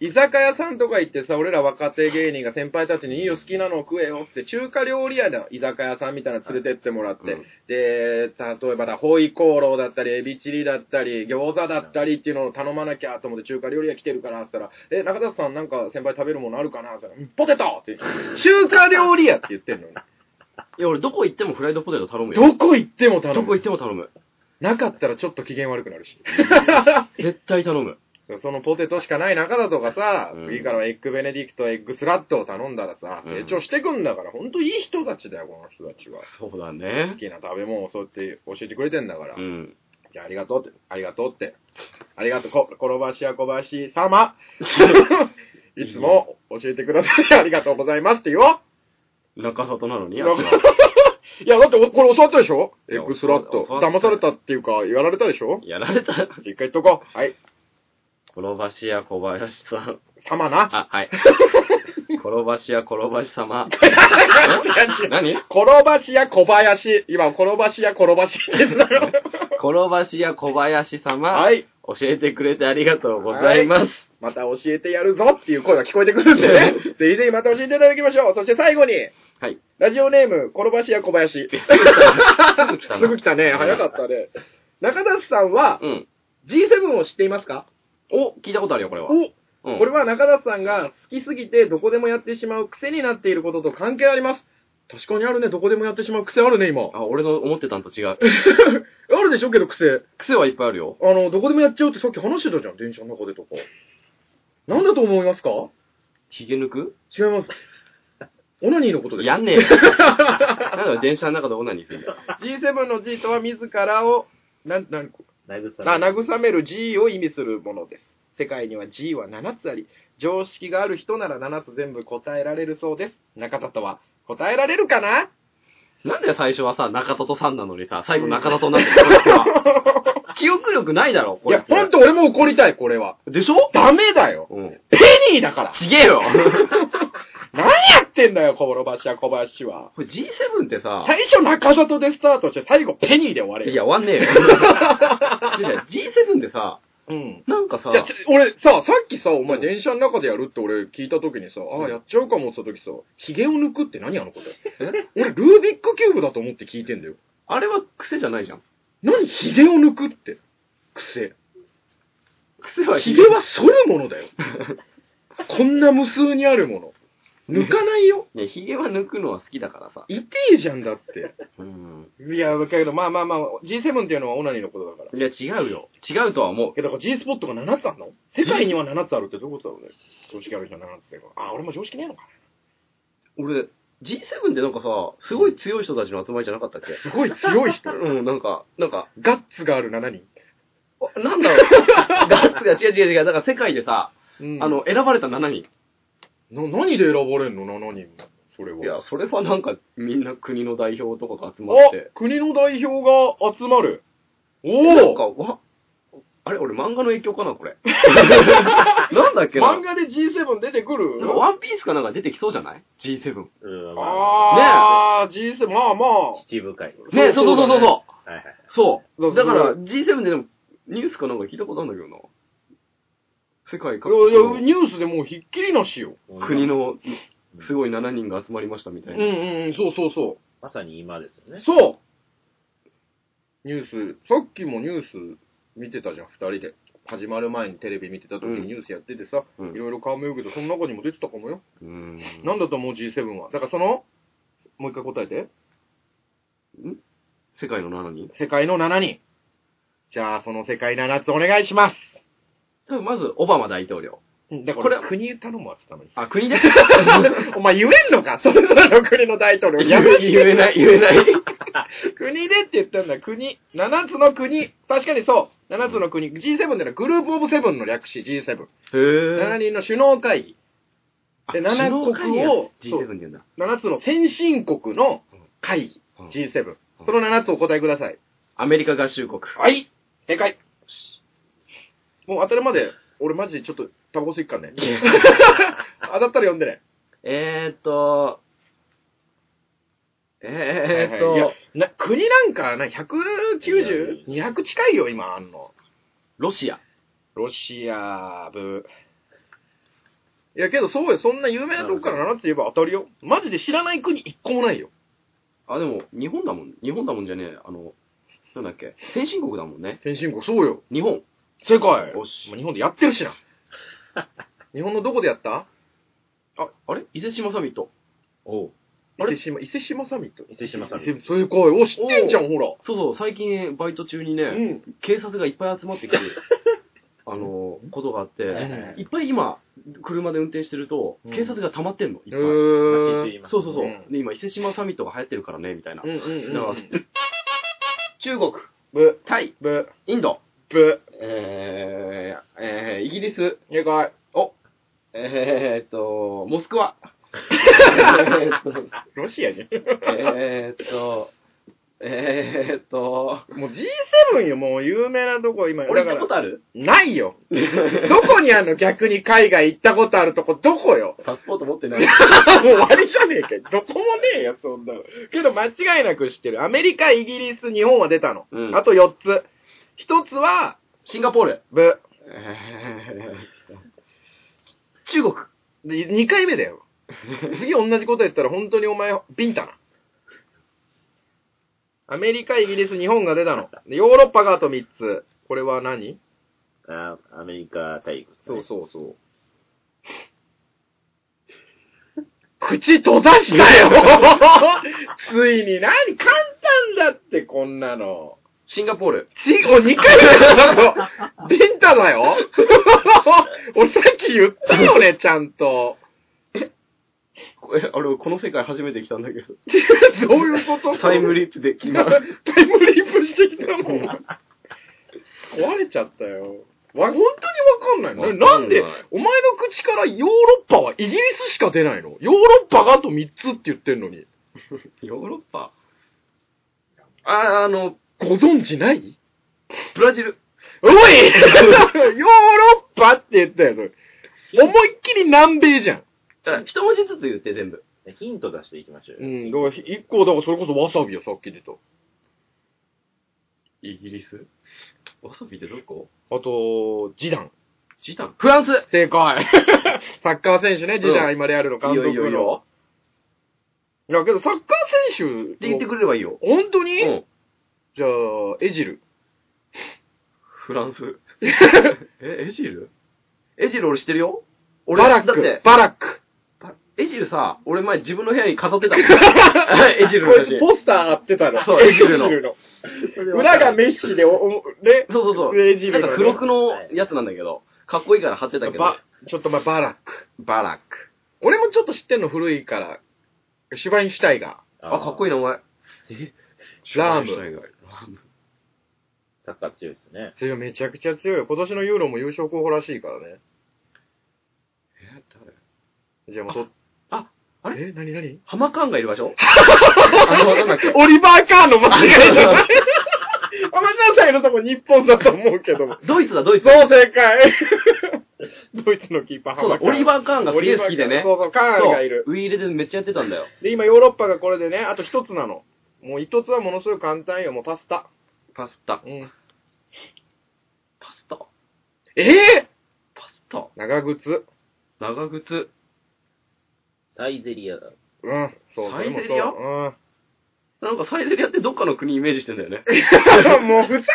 B: 居酒屋さんとか行ってさ、俺ら若手芸人が先輩たちにいいよ好きなのを食えよって、中華料理屋の居酒屋さんみたいなの連れてってもらって、
A: うん
B: で、例えばだ、ホイコーローだったり、エビチリだったり、餃子だったりっていうのを頼まなきゃと思って中華料理屋来てるから、って言ったら、え、中田さんなんか先輩食べるものあるかなって言ったらうんポテトって言って中華料理屋って言ってんのに。
A: いや、俺どこ行ってもフライドポテト頼むよ。
B: どこ行っても頼
A: どこ
B: む。
A: 行っても頼む。
B: なかったらちょっと機嫌悪くな [laughs] るし。
A: 絶対頼む。
B: そのポテトしかない中だとかさ、
A: うん
B: 次からはエッグベネディクト、エッグスラットを頼んだらさ、
A: うん
B: 成長してくんだから、ほんといい人たちだよ、この人たちは。
A: そうだ
B: 好
A: ね。
B: きな食べ物をそうやって教えてくれてんだから。
A: うん。
B: じゃあありがとうって、ありがとうって。ありがとう、こ転ばしやこばし様 [laughs] いつも教えてくださいありがとうございますって言おう
A: 中里なのに、
B: 中
A: あっちはい
B: や、だっておこれ教わったでしょ
A: い
B: エ
A: や
B: ッグスラット。
A: 教わった
B: 騙されたっていうか、やられたでしょ
A: やられた。
B: 一回言っとこう。はい、
A: 転ばし屋小林さん。
B: 様な。
A: あ、 [laughs] はい。転ばし屋転ばし [laughs] 様。何
B: 転ばしや小林。今、転ばしや
A: [laughs]
B: 転ばしって言ってたよ。
A: 転ばし屋小林様。
B: はい。
A: 教えてくれてありがとうございます。
B: また教えてやるぞっていう声が聞こえてくるん
A: [laughs]
B: でね。ぜひぜひまた教えていただきましょう。そして最後に、
A: はい。
B: ラジオネーム、転ばしや小
A: す
B: 林。
A: ぐ来た
B: すぐ来たね。早かったね。中田さんは
A: うん。
B: G7 を知っていますか
A: お、聞いたことあるよ、これは。
B: お
A: うん、
B: これは中田さんが好きすぎてどこでもやってしまう癖になっていることと関係あります。確かにあるね。どこでもやってしまう癖あるね、今。
A: あ、俺の思ってたんと違 [laughs] う。
B: あるでしょうけど癖。
A: 癖はいっぱいあるよ。
B: あの、どこでもやっちゃうってさっき話してたじゃん、電車の中でとか。なんだと思いますか
A: ひげ抜く
B: 違います。オナニーのことです。
A: やんねえよ。なんだ電車の中でオナニーするんだよ。
B: G7 の G とは自らを、なん、なん、
C: だいぶさ。
B: あ慰める G を意味するものです。世界には G は7つあり、常識がある人なら7つ全部答えられるそうです。中里は、答えられるかな
A: なんで最初はさ、中里さんなのにさ、最後中里になってるこいつ [laughs] は記憶力ないだろ、
B: い
A: こ
B: や
A: れ、。
B: ほんと俺も怒りたい、これは。
A: でしょ
B: ダメだよ
A: うん。
B: ペニーだから
A: ちげえよ
B: 何やってんだよ、小林や小林は。
A: これ G7 ってさ、
B: 最初中里でスタートして、最後ペニーで終われよ
A: いや、終わんね [laughs] えよ。じゃあ G7 でさ、
B: うん。
A: なんかさ
B: じ、ゃあ、ちょ俺さ、さっきさ、お前
A: うん
B: 電車の中でやるって俺聞いた時にさ、
A: ん
B: ああ、やっちゃうかもって言った時さ、髭を抜くって何あのこと
A: え
B: 俺、ルービックキューブだと思って聞いてんだよ。
A: あれは癖じゃないじゃん。
B: 何髭を抜くって。癖。
A: 癖は
B: [laughs] 髭は剃るものだよ。こんな無数にあるもの。抜かないよ。
A: いや、ヒゲは抜くのは好きだからさ。
B: 痛えじゃんだって。
A: うん。
B: いや、だけど、まあまあまあ、G7 っていうのはオナニーのことだから。
A: いや、違うよ。違うとは思う。
B: え、だから G スポットが7つあるの世界には7つあるってどういうことだろうね。常識ある人は7つだよ。あ、俺も常識ねえのか
A: 俺、G7 ってなんかさ、すごい強い人たちの集まりじゃなかったっけ
B: な。すごい強い人。
A: うん、なんか、なんか、
B: ガッツがある7人。
A: あなんだろう。 [laughs] ガッツが違う違う違う。だから世界でさ、
B: うん
A: あ、の、選ばれた7人。
B: な、何で選ばれんの ?7 人も。それは。
A: いや、それはなんか、みんな国の代表とかが集まっ
B: あ
A: て。
B: 国の代表が集まる。
A: なんか、
B: おお
A: わ、あれ俺漫画の影響かな
B: [laughs]
A: これ。なんだっけな
B: 漫画で G7 出てくる
A: なんかワンピースかなんか出てきそうじゃない ?G7。
C: うん、まあ
B: ああ、G7、まあまあ。
C: 七深い。
A: ねそうそうそうそう
B: そ
A: そう
C: はいはい。
A: う。そう。だ
B: だ
A: か
B: からら
A: G7 ででもニュースかなんか聞いたことあるんだけどな。世界各
B: ういやいや、
A: 国の
B: ニュースでもうひっきりなしよ。
A: 国
C: の。
A: のすごい7人が集まりましたみた
B: う
A: い
B: ん
A: な。
B: うんうん、そうそうそ
C: まさに今ですよ
B: う。
C: ね。
B: そうニュース、さっきもニュース見てたじゃん、二人で。始まる前にテレビ見てた時
A: うん
B: にニュースやっててさ、
A: うん
B: いろいろ顔もよけど、その中にも出てたかもよ。
A: うーん。
B: なんだと思う G7 は。だからその、もう一回答えて。
A: 世界の7人
B: 世界の7人。じゃあ、その世界7つお願いします。
A: 多分まず、オバマ大統領。
B: うんだか
A: これ
B: ら、国頼むわって言ったのに。
A: あ、国で
B: [laughs] お前言えんのかそれぞれの国の大統領。
A: 言
B: やめて
A: えない、言えない。
B: 国でって言ったんだ、国。7つの国。確かにそう。7つの国。G7 っていうのはグループオブセブンの略し、G7。
A: へぇ
B: 7人の首脳会議。
A: あ
B: で7
A: 首脳会議
B: 国を
A: G7 って言うんだ。
B: 7つの先進国の会議。
A: うん
B: G7
A: うん。
B: その7つお答えください。
A: アメリカ合衆国。
B: はい。正解。もう当たるまで、俺マジでちょっとタバコ吸いっかんね。 [laughs] 当たったら呼んでね。
A: えーっと、えーっと、
B: はいはいいやな国なんかな、190、200近いよ、今、あんの。
A: ロシア。
B: ロシア部。いやけどそうよ、そんな有名なとこから7つ言えば当たるよ。マジで知らない国一個もないよ。
A: あ、でも、日本だもん。日本だもんじゃねえ。あの、なんだっけ。先進国だもんね。
B: 先進国、そうよ。
A: 日本。
B: 世界。
A: よし
B: まあ日本でやってるしな。日本のどこでやった
A: あ、あれ伊勢志摩サミット。
C: おう。
A: あれ
B: 伊勢志摩、伊勢志摩サミット。
C: 伊勢志摩サミ
B: 伊
C: ッ
B: 勢そういう声、お、知ってんじゃん、ほら。
A: そうそう、最近、バイト中にね、
B: うん。
A: 警察がいっぱい集ま [laughs] ってきて、あの、ことがあって、
C: はい
B: はい
A: いっぱい今、車で運転してると、
B: うん
A: 警察が溜まってんの、いっ
B: う
A: ぱ
B: ー
A: い。
B: ん。
C: ト。
A: そうそうそう。
B: うん
A: で、今、伊勢志摩サミットが流行ってるからね、みたいな。
B: うんうん
A: な
B: うん
A: か
B: ん。
A: 中国、
B: ぶ、
A: タイ、
B: ぶ、
A: インド、
B: ぶ。
A: えー、えー、イギリス、
B: 正解。
A: えー、っと、モスクワ。
B: ロシアじゃん。
A: えー、っと、えー、っと、
B: [laughs] もう G7 よ、もう有名なとこ今。
A: 俺
B: だ
A: 行っ
B: か
A: た
B: ら
A: ことある
B: ないよ。どこにあんの逆に海外行ったことあるとこ、どこ
A: [laughs]
B: よ。
A: パスポート持ってない。
B: もう終わりじゃねえかよ。どこもねえよ、そんなの。けど間違いなく知ってる。アメリカ、イギリス、日本は出たの。
A: うん
B: あと4つ。1つは、
A: シンガポール。
B: ぶ、
A: えーっと中国。
B: 2回目だ [laughs] よ。次同じこと言ったら本当にお前、ビンタな。アメリカ、イギリス、日本が出たの。でヨーロッパがあと3つ。これは何
C: あアメリカ大陸ですね、
B: そうそうそう。口閉ざしたよ [laughs] ついに何簡単だって、こんなの。
A: シンガポール。
B: ち、お、2回目 [laughs] だよビンタだ [laughs] よ俺さっき言ったよね、ちゃん [laughs] と。
A: これ、あれ、この世界初めて来たんだけ [laughs] ど。
B: どういうこと
A: タイム
B: リ
A: リープでき
B: ー
A: ま
B: プ。タイムリープしてきたもん。壊れちゃったよ。わ、本当にわかんないのななんで
A: わかんない、
B: お前の口からヨーロッパはイギリスしか出ないのヨーロッパがあと3つって言ってんのに。
A: ヨーロッパあ、あの、
B: ご存知ない
A: ブラジル。
B: おい [laughs] ヨーロッパって言ったよ、それ。思いっきり南米じゃん。
A: 一文字ずつ言って、全部。
C: う。ヒント出していきましょう
B: う
C: よ。
B: ん、だから1個、だからそれこそわさびよ、さっき出た。
A: イギリスわさびってどこ
B: あと、ジダン。
A: ジタンフランス
B: 正解。 [laughs] サッカー選手ね、ジダン、今レアルの監督の。
A: いいよいいよいいよ。
B: いや、けどサッカー選手。
A: って言ってくれればいいよ。
B: 本当
A: う
B: に、
A: ん。
B: じゃあ、エジル。
A: フランス。 [laughs] え、エジルエジル俺知ってるよ俺
B: バラッ
A: だっ
B: ク
A: て。、
B: バラック。
A: バエジルさ、俺前自分の部屋に飾って
B: [laughs]
A: たもん。エジルの
B: こい
A: 写
B: つ
A: 真。
B: ポスター貼ってたの。
A: そうエジルの
B: エ裏がメッシで、おおね、
A: そうそうそう。
B: エジル
A: な
B: の
A: んか黒くのやつなんだけど、かっこいいから貼ってたけど、
B: ばちょっとまあバラック。
A: バラック。
B: 俺もちょっと知ってんの古いから、シュバインシュタイガ
A: あ、かっこい
C: いい。
A: い名前。
B: ラーム
A: シュバインシュタイガーラーム。
C: サッカー強いですね。
B: ー。強い、めちゃくちゃ強いよ。今年のユーロも優勝候補らしいからね。
A: え、誰
B: じゃあもうと、
A: ああれ
B: え、なになに
A: ハマカーンがいる場
B: [laughs]
A: 所あの、なんだっけ。
B: オリバー・カーンの間
A: [laughs]
B: 違いじゃないごめんなさいのとこ日本だと思うけども。
A: ドイツだ、ドイツ。
B: そう、正解ドイツのキーパー
A: そうだ、オリバー・カーンがすげえ好きでね。
B: そうそう、カーンがいる。
A: そうウイイレでめっちゃやってたんだよ。
B: で、今ヨーロッパがこれでね、あと一つなの。もう一つはものすごい簡単よ、もうパスタ。
A: パスタ。
B: うん。
A: パスタ
B: ええ
A: パスタ
B: 長靴。
A: 長靴。
C: サイゼリアだ。
B: うん。そう、そ
A: サ
B: れ
A: イ
B: も
A: ゼ
B: そ
A: リア
B: う。
A: なんかサイゼリアってどっかの国イメージしてんだよね。
B: うん。 [laughs] もうふざ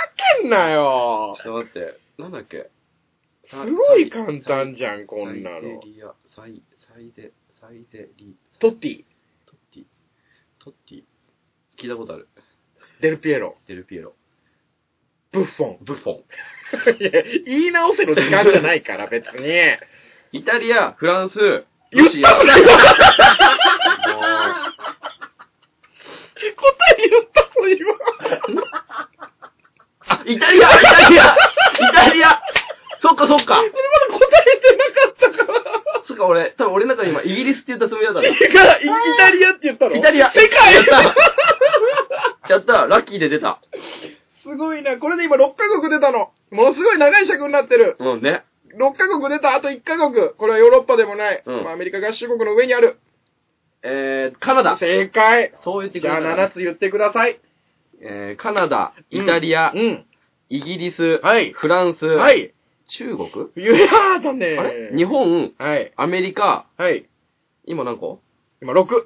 B: けんなよ。
A: ちょっと待って、なんだっけ。
B: すごい簡単じゃん、こんな
A: サイ
B: の
A: ゼ。リア、サイ、サイゼ、サイゼリ、
B: トッティ、
A: トッティ、トッティ。聞いたことある。
B: デルピエロ、
A: デルピエロ。
B: ブッフォン。
A: ブッフォン。
B: [laughs] いや、言い直せの時間じゃないから、別に。
A: イタリア、フランス、
B: 言
A: ロ
B: っ
A: シ
B: た
A: ア。
B: じゃん
A: も
B: 答え言ったぞ、 [laughs] 今。
A: うあ、イタリア、イタリア、イタリア。そっかそっか。
B: それまで答えてなかったから。
A: そっか俺、多分俺の中で今イギリスって言ったつもりだった
B: イタリイタリアって言ったの
A: イタリア
B: 世界
A: やったやったラッキーで出た。
B: すごいな。これで今6カ国出たの。ものすごい長い尺になってる。
A: うんね。
B: 6カ国出た、あと1カ国。これはヨーロッパでもない。
A: うん
B: まあアメリカ合衆国の上にある。
A: えー、カナダ。
B: 正解。
A: そう言ってく
B: じ
A: れ
B: ゃあ
A: たらね
B: 7つ言ってください。
A: えー、カナダ、イタリア、
B: うん。
A: イギリス、
B: はい
A: フランス、
B: うんはい。
A: 中国、
B: いやーだね
A: あれ日。本、
B: はい。
A: アメリカ、
B: はい。
A: 今何個
B: 今6。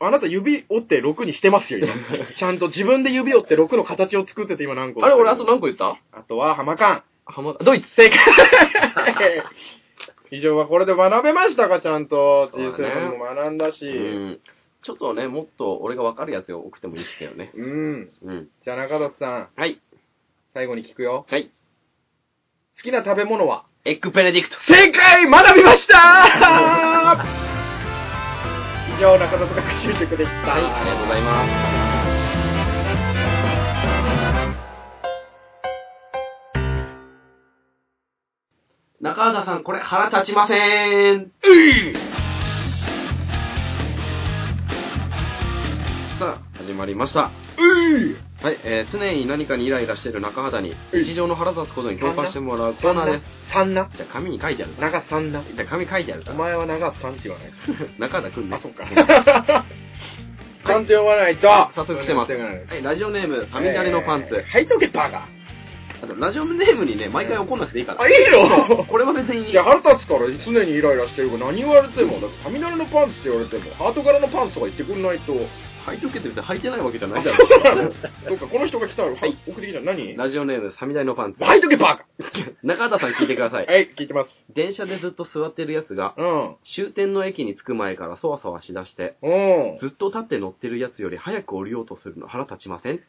B: あなた指折って6にしてますよ、
A: [laughs]
B: 今。ちゃんと自分で指折って6の形を作ってて今何個
A: あれ俺あと何
B: 個
A: 個言った
B: あとは
A: [laughs]
B: 浜缶。
A: ハマドイツ
B: 正解 [laughs] 以上はこれで学べましたか、ちゃんと。
A: そうだね
B: G7 も学んだし。
A: うん。ちょっとね、もっと俺が分かるやつを送ってもいいっすけどね。
B: うん。
A: うん。
B: じゃあ中里さん、
A: はい。
B: 最後に聞くよ。
A: はい。
B: 好きな食べ物は
A: エッグベネディクト。
B: 正解学びました以上、中里学習塾でした。
A: はい、ありがとうございます。中畑さん、これ腹立ちません。さあ、始まりました。
B: う
A: はい、えー常に何かにイライラしている中畑に、
B: うん
A: 日常の腹立つことに共感してもらうコーナーで
B: さんな
A: す。じゃあ、紙に書いてある。
B: 長さんな
A: じゃあ、紙書いてあるか
B: お
A: ら。
B: 前は長さんって言わない。 [laughs]
A: 中畑くんね。
B: あ、そっか。ちゃんと読まないと。
A: 早速来てます。
B: は
A: はい、ラジオネーム、サミダレのパンツ。
B: はい、とけ、バカ。
A: あと、ラジオネームにね、毎回怒んなくていいから。
B: あ、いいの
A: これは別に。
B: いや、腹立つから常にイライラしてるから何言われても、だってサミダレのパンツって言われても、ハート柄のパンツとか言ってくんないと。
A: 履いておけって別に履いてないわけじゃな
B: あ、
A: いじ
B: そ
A: ゃん。
B: うなのそうか、この人が来たら、はい、送りじゃん。何
A: ラジオネーム、サミダレのパンツ。
B: はい、とけ、バ
A: 中田さん聞いてくださ
B: カ。
A: い。
B: はい、聞いてます。
A: 電車でずっと座ってるやつが、
B: うん。
A: 終点の駅に着く前からそわそわしだして、
B: うん。
A: ずっと立って乗ってるやつより早く降りようとするの腹立ちません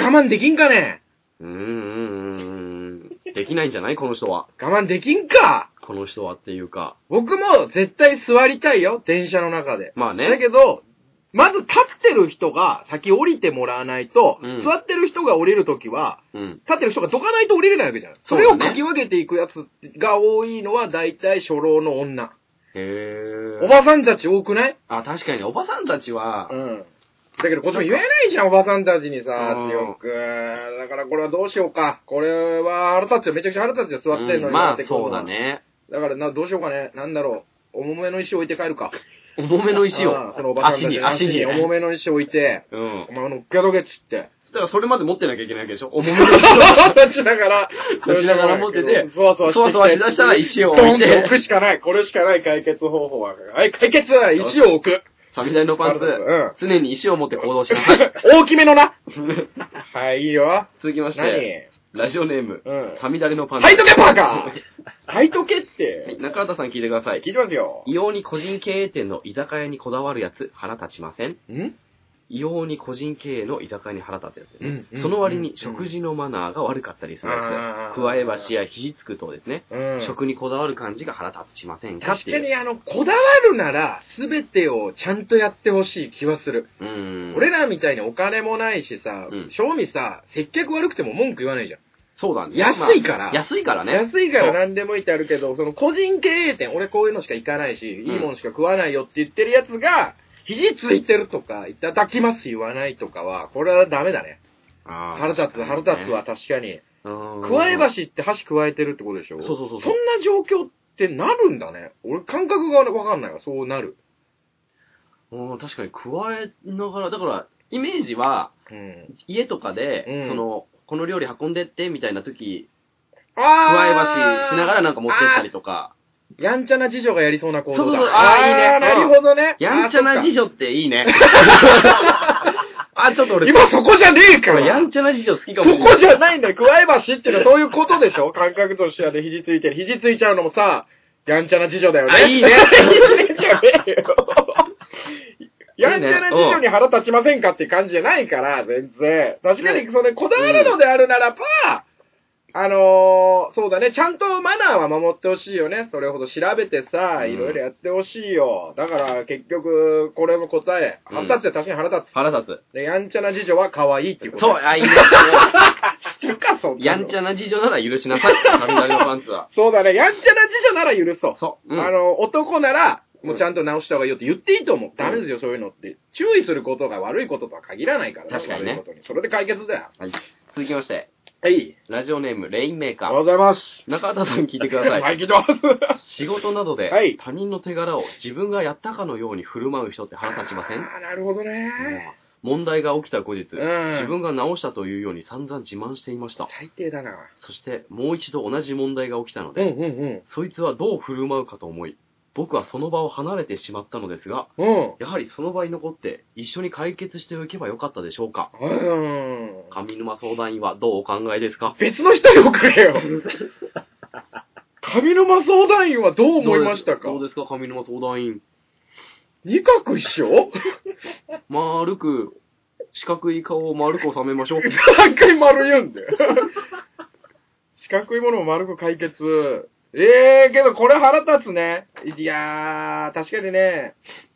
B: 我慢できんかね
A: うーん。できないんじゃないこの人は。
B: 我慢できんか
A: この人はっていうか。
B: 僕も絶対座りたいよ、電車の中で。
A: まあね。
B: だけど、まず立ってる人が先降りてもらわないと、
A: うん
B: 座ってる人が降りるときは、
A: うん。
B: 立ってる人がどかないと降りれないわけじゃん。それをかき分けていくやつが多いのは大体初老の女。
A: へえ。
B: おばさんたち多くない
A: あ、確かに、おばさんたちは、
B: うん。だけどこっちも言えないじゃん、おばさんたちにさ、
A: うん
B: 強く。だからこれはどうしようか。これは腹立つよ。めちゃくちゃ腹立つよ、座ってんの
A: うん
B: に。
A: まあ
B: って、こ
A: そうだ。ね。
B: だからな、どうしようかね。なんだろう。重めの石置いて帰るか。
A: 重めの石
B: うん
A: を。
B: そのおばさんたち
A: 足に、足に。
B: 重めの石置いて、
A: うん
B: お。前のっけどけっつ
A: [laughs]
B: って。
A: だからそれまで持ってなきゃいけないわけでしょ重めの
B: [laughs]
A: 石を。
B: 立ちながら、
A: 立ちながら持ってて、
B: そわそわしてきて
A: そわそわしだしたら石を
B: ド
A: 置
B: ーン
A: い
B: って置
A: て、
B: くしかない。これしかない解決方法は。はい、解決石を置く。
A: サミダイのパンツ、
B: うん
A: 常
B: [laughs]
A: に石を持って行動しなさい。 [laughs]
B: 大きめのな。はい、いいよ。
A: 続きまして、
B: 何
A: ラジオネーム、
B: うん。
A: はみだれのパンダ。
B: サイトケバーカ [laughs] ーサイトケって。
A: はい中畑さん聞いてください。
B: 聞いてますよ。
A: 異様に個人経営店の居酒屋にこだわるやつ、腹立ちません
B: ん
A: 異様に個人経営の居酒屋に腹立つやつですね。
B: うん
A: その割に
B: うん
A: 食事のマナーが悪かったりするや
B: あ
A: つ。
B: ー
A: 加え箸や肘つく等ですね。
B: うん。
A: 食にこだわる感じが腹立ちませんかっ
B: 確
A: て
B: か
A: いう。
B: に、あの、こだわるなら、すべてをちゃんとやってほしい気はする。
A: うーん。
B: 俺らみたいにお金もないしさ
A: うん、
B: 賞味さ、接客悪くても文句言わないじゃん。
A: そうだね。
B: 安いから
A: まあ安いからね。
B: 安いから何でもいいってあるけど、その個人経営店、俺こういうのしか行かないし、いいものしか食わないよって言ってるやつが、肘ついてるとか、いただきます言わないとかは、これはダメだね。
A: 腹
B: 腹立つ、腹立つは。確かに。くわえ
A: ば
B: 箸って箸くわえてるってことでしょ
A: そうそうそうそ
B: そ。
A: うん
B: な状況ってなるんだね。俺感覚がわかんないわ、そうなる。
A: うん確かに加えながら、だから、イメージは、
B: うん。
A: 家とかで、
B: うん
A: その、この料理運んでって、みたいな時、
B: あ
A: 加
B: あ
A: え箸しながらなんか持ってったりとか、
B: やんちゃな次女がやりそうな行
A: そ
B: 動だ。
A: うそうそうあーいいね
B: ーなるほどね。
A: やんちゃな次
B: 女。
A: 女っていいね。 [laughs] あ、ちょっと俺、
B: 今そこじゃねえから。
A: やんちゃな次女好きか
B: そ
A: もしれない。
B: こじゃないんだよ。加え箸っていうのはそういうことでしょ感覚としてはね、肘ついてる。肘ついちゃうのもさ、やんちゃな事情だよ
A: あ
B: ね。
A: いいね
B: 肘ついちゃねえよ。やんちゃな事情に腹立ちませんかって感じじゃないから、全然。確かに、それ、こだわるのであるならば、あのー、そうだね、ちゃんとマナーは守ってほしいよね。それほど調べてさ、
A: うん
B: いろいろやってほしいよ。だから、結局、これも答え。
A: うん
B: 腹立つって確かに腹立つ。
A: 腹立
B: でやんちゃな事情は可愛いっていう
A: つ。
B: こと
A: そう、
B: だよ。
A: あ、いいね。
B: 知るか、そんなの
A: やんちゃな次女なら許しなさい。雷のパンツは。
B: そうだね。やんちゃな次女なら許そう。
A: そう。うん
B: あの、男なら、もうちゃんと直した方がいいよって言っていいと思う。ダメですよ、そういうのって。注意することが悪いこととは限らないから
A: 確かにね
B: 悪いことにそれで解決だよ。
A: はい。続きまして、
B: はい。
A: ラジオネーム、レインメー
B: あ
A: カ
B: りがと
A: ー。
B: うございます。
A: 中畑さん聞いてください。
B: はい、聞いてます。
A: 仕事などで
B: はい
A: 他人の手柄を自分がやったかのように振る舞う人って腹立ちません
B: あーなるほどね。
A: 問題が起きた後日、
B: うん
A: 自分が直したというように散々自慢していました。
B: 最低だな。
A: そしてもう一度同じ問題が起きたの
B: う
A: で、
B: んうん
A: そいつはどう振る舞うかと思い、僕はその場を離れてしまったのですが、
B: うん。
A: やはりその場に残って一緒に解決しておけばよかったでしょうか
B: うん。うん。
A: 上沼相談員はどうお考えですか
B: 別の人に送
A: [laughs]
B: れよ。上沼相談員はどう思いましたか
A: どうですどうですか上沼相談員。
B: 二角一緒
A: 丸く、四角い顔を丸く収めましょう。
B: 何回丸言
A: [laughs]
B: うんだよ。四角いものを丸く解決。ええけどこれ腹立つね。いやー、確かにね。